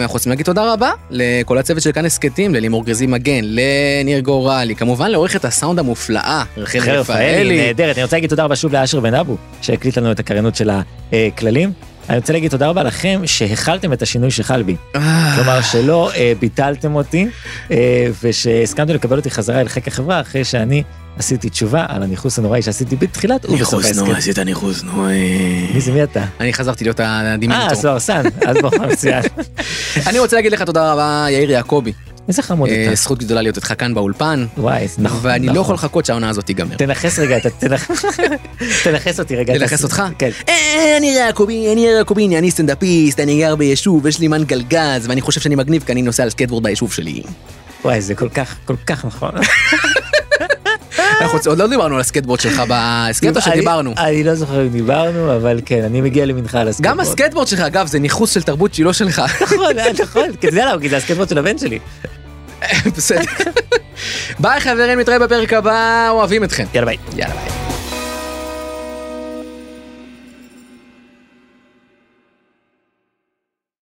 [SPEAKER 6] אנחנו רוצים להגיד תודה רבה לכל הצוות של כאן הסכתים, ללימור גרזי מגן, לניר גורלי, כמובן לעורכת הסאונד המופלאה, רחל
[SPEAKER 2] חרף האלי,
[SPEAKER 6] רפאלי.
[SPEAKER 2] נהדרת. אני רוצה להגיד תודה רבה שוב לאשר בן אבו, שהקליט לנו את הקריינות של הכללים. אני רוצה להגיד תודה רבה לכם שהכלתם את השינוי שחל בי. כלומר, שלא אה, ביטלתם אותי, אה, ושהסכמתם לקבל אותי חזרה אל חיק החברה, אחרי שאני עשיתי תשובה על הניכוס הנוראי שעשיתי בתחילת ובסוף
[SPEAKER 1] ניחוס, נו,
[SPEAKER 2] ההסכם.
[SPEAKER 1] עשית ניחוס, נו. אה.
[SPEAKER 2] מי זה, מי אתה?
[SPEAKER 6] אני חזרתי להיות
[SPEAKER 2] אה,
[SPEAKER 6] הדימנטור.
[SPEAKER 2] סוהרסן, אז ברור,
[SPEAKER 6] *laughs*
[SPEAKER 2] מצוין.
[SPEAKER 6] אני רוצה להגיד לך תודה רבה, יאיר יעקבי.
[SPEAKER 2] איזה חמוד
[SPEAKER 6] אה,
[SPEAKER 2] אתה.
[SPEAKER 6] זכות גדולה להיות איתך כאן באולפן,
[SPEAKER 2] וואי, נכון, נכון.
[SPEAKER 6] ואני לא יכול לחכות שהעונה הזאת תיגמר.
[SPEAKER 2] תנכס רגע, אתה-
[SPEAKER 6] *laughs*
[SPEAKER 2] תנכ- תנכס אותי רגע.
[SPEAKER 6] תנכס אותך?
[SPEAKER 2] כן.
[SPEAKER 6] אה, אני יעקובי, אני יעקובי, אני סטנדאפיסט, אני גר ביישוב, יש לי מן גלגז, ואני חושב שאני מגניב כי אני נוסע על סקייטבורד ביישוב שלי.
[SPEAKER 2] וואי, זה כל כך, כל כך נכון.
[SPEAKER 6] אנחנו רוצים- עוד לא דיברנו על הסקייטבורד שלך בהסכת או
[SPEAKER 2] אני-
[SPEAKER 6] שדיברנו?
[SPEAKER 2] אני לא זוכר אם דיברנו, אבל כן, אני מגיע למנחה על הסקייטבורד.
[SPEAKER 6] גם הסקייטבורד שלך, אגב, זה ניכוס של תרבות שהיא לא שלך. *laughs*
[SPEAKER 2] נכון, אה, נכון, כי אתה יודע למה, כי זה הסקייטבורד של הבן שלי. *laughs*
[SPEAKER 6] בסדר. ביי חברים, נתראה בפרק הבא, אוהבים אתכם.
[SPEAKER 2] יאללה ביי.
[SPEAKER 6] יאללה ביי.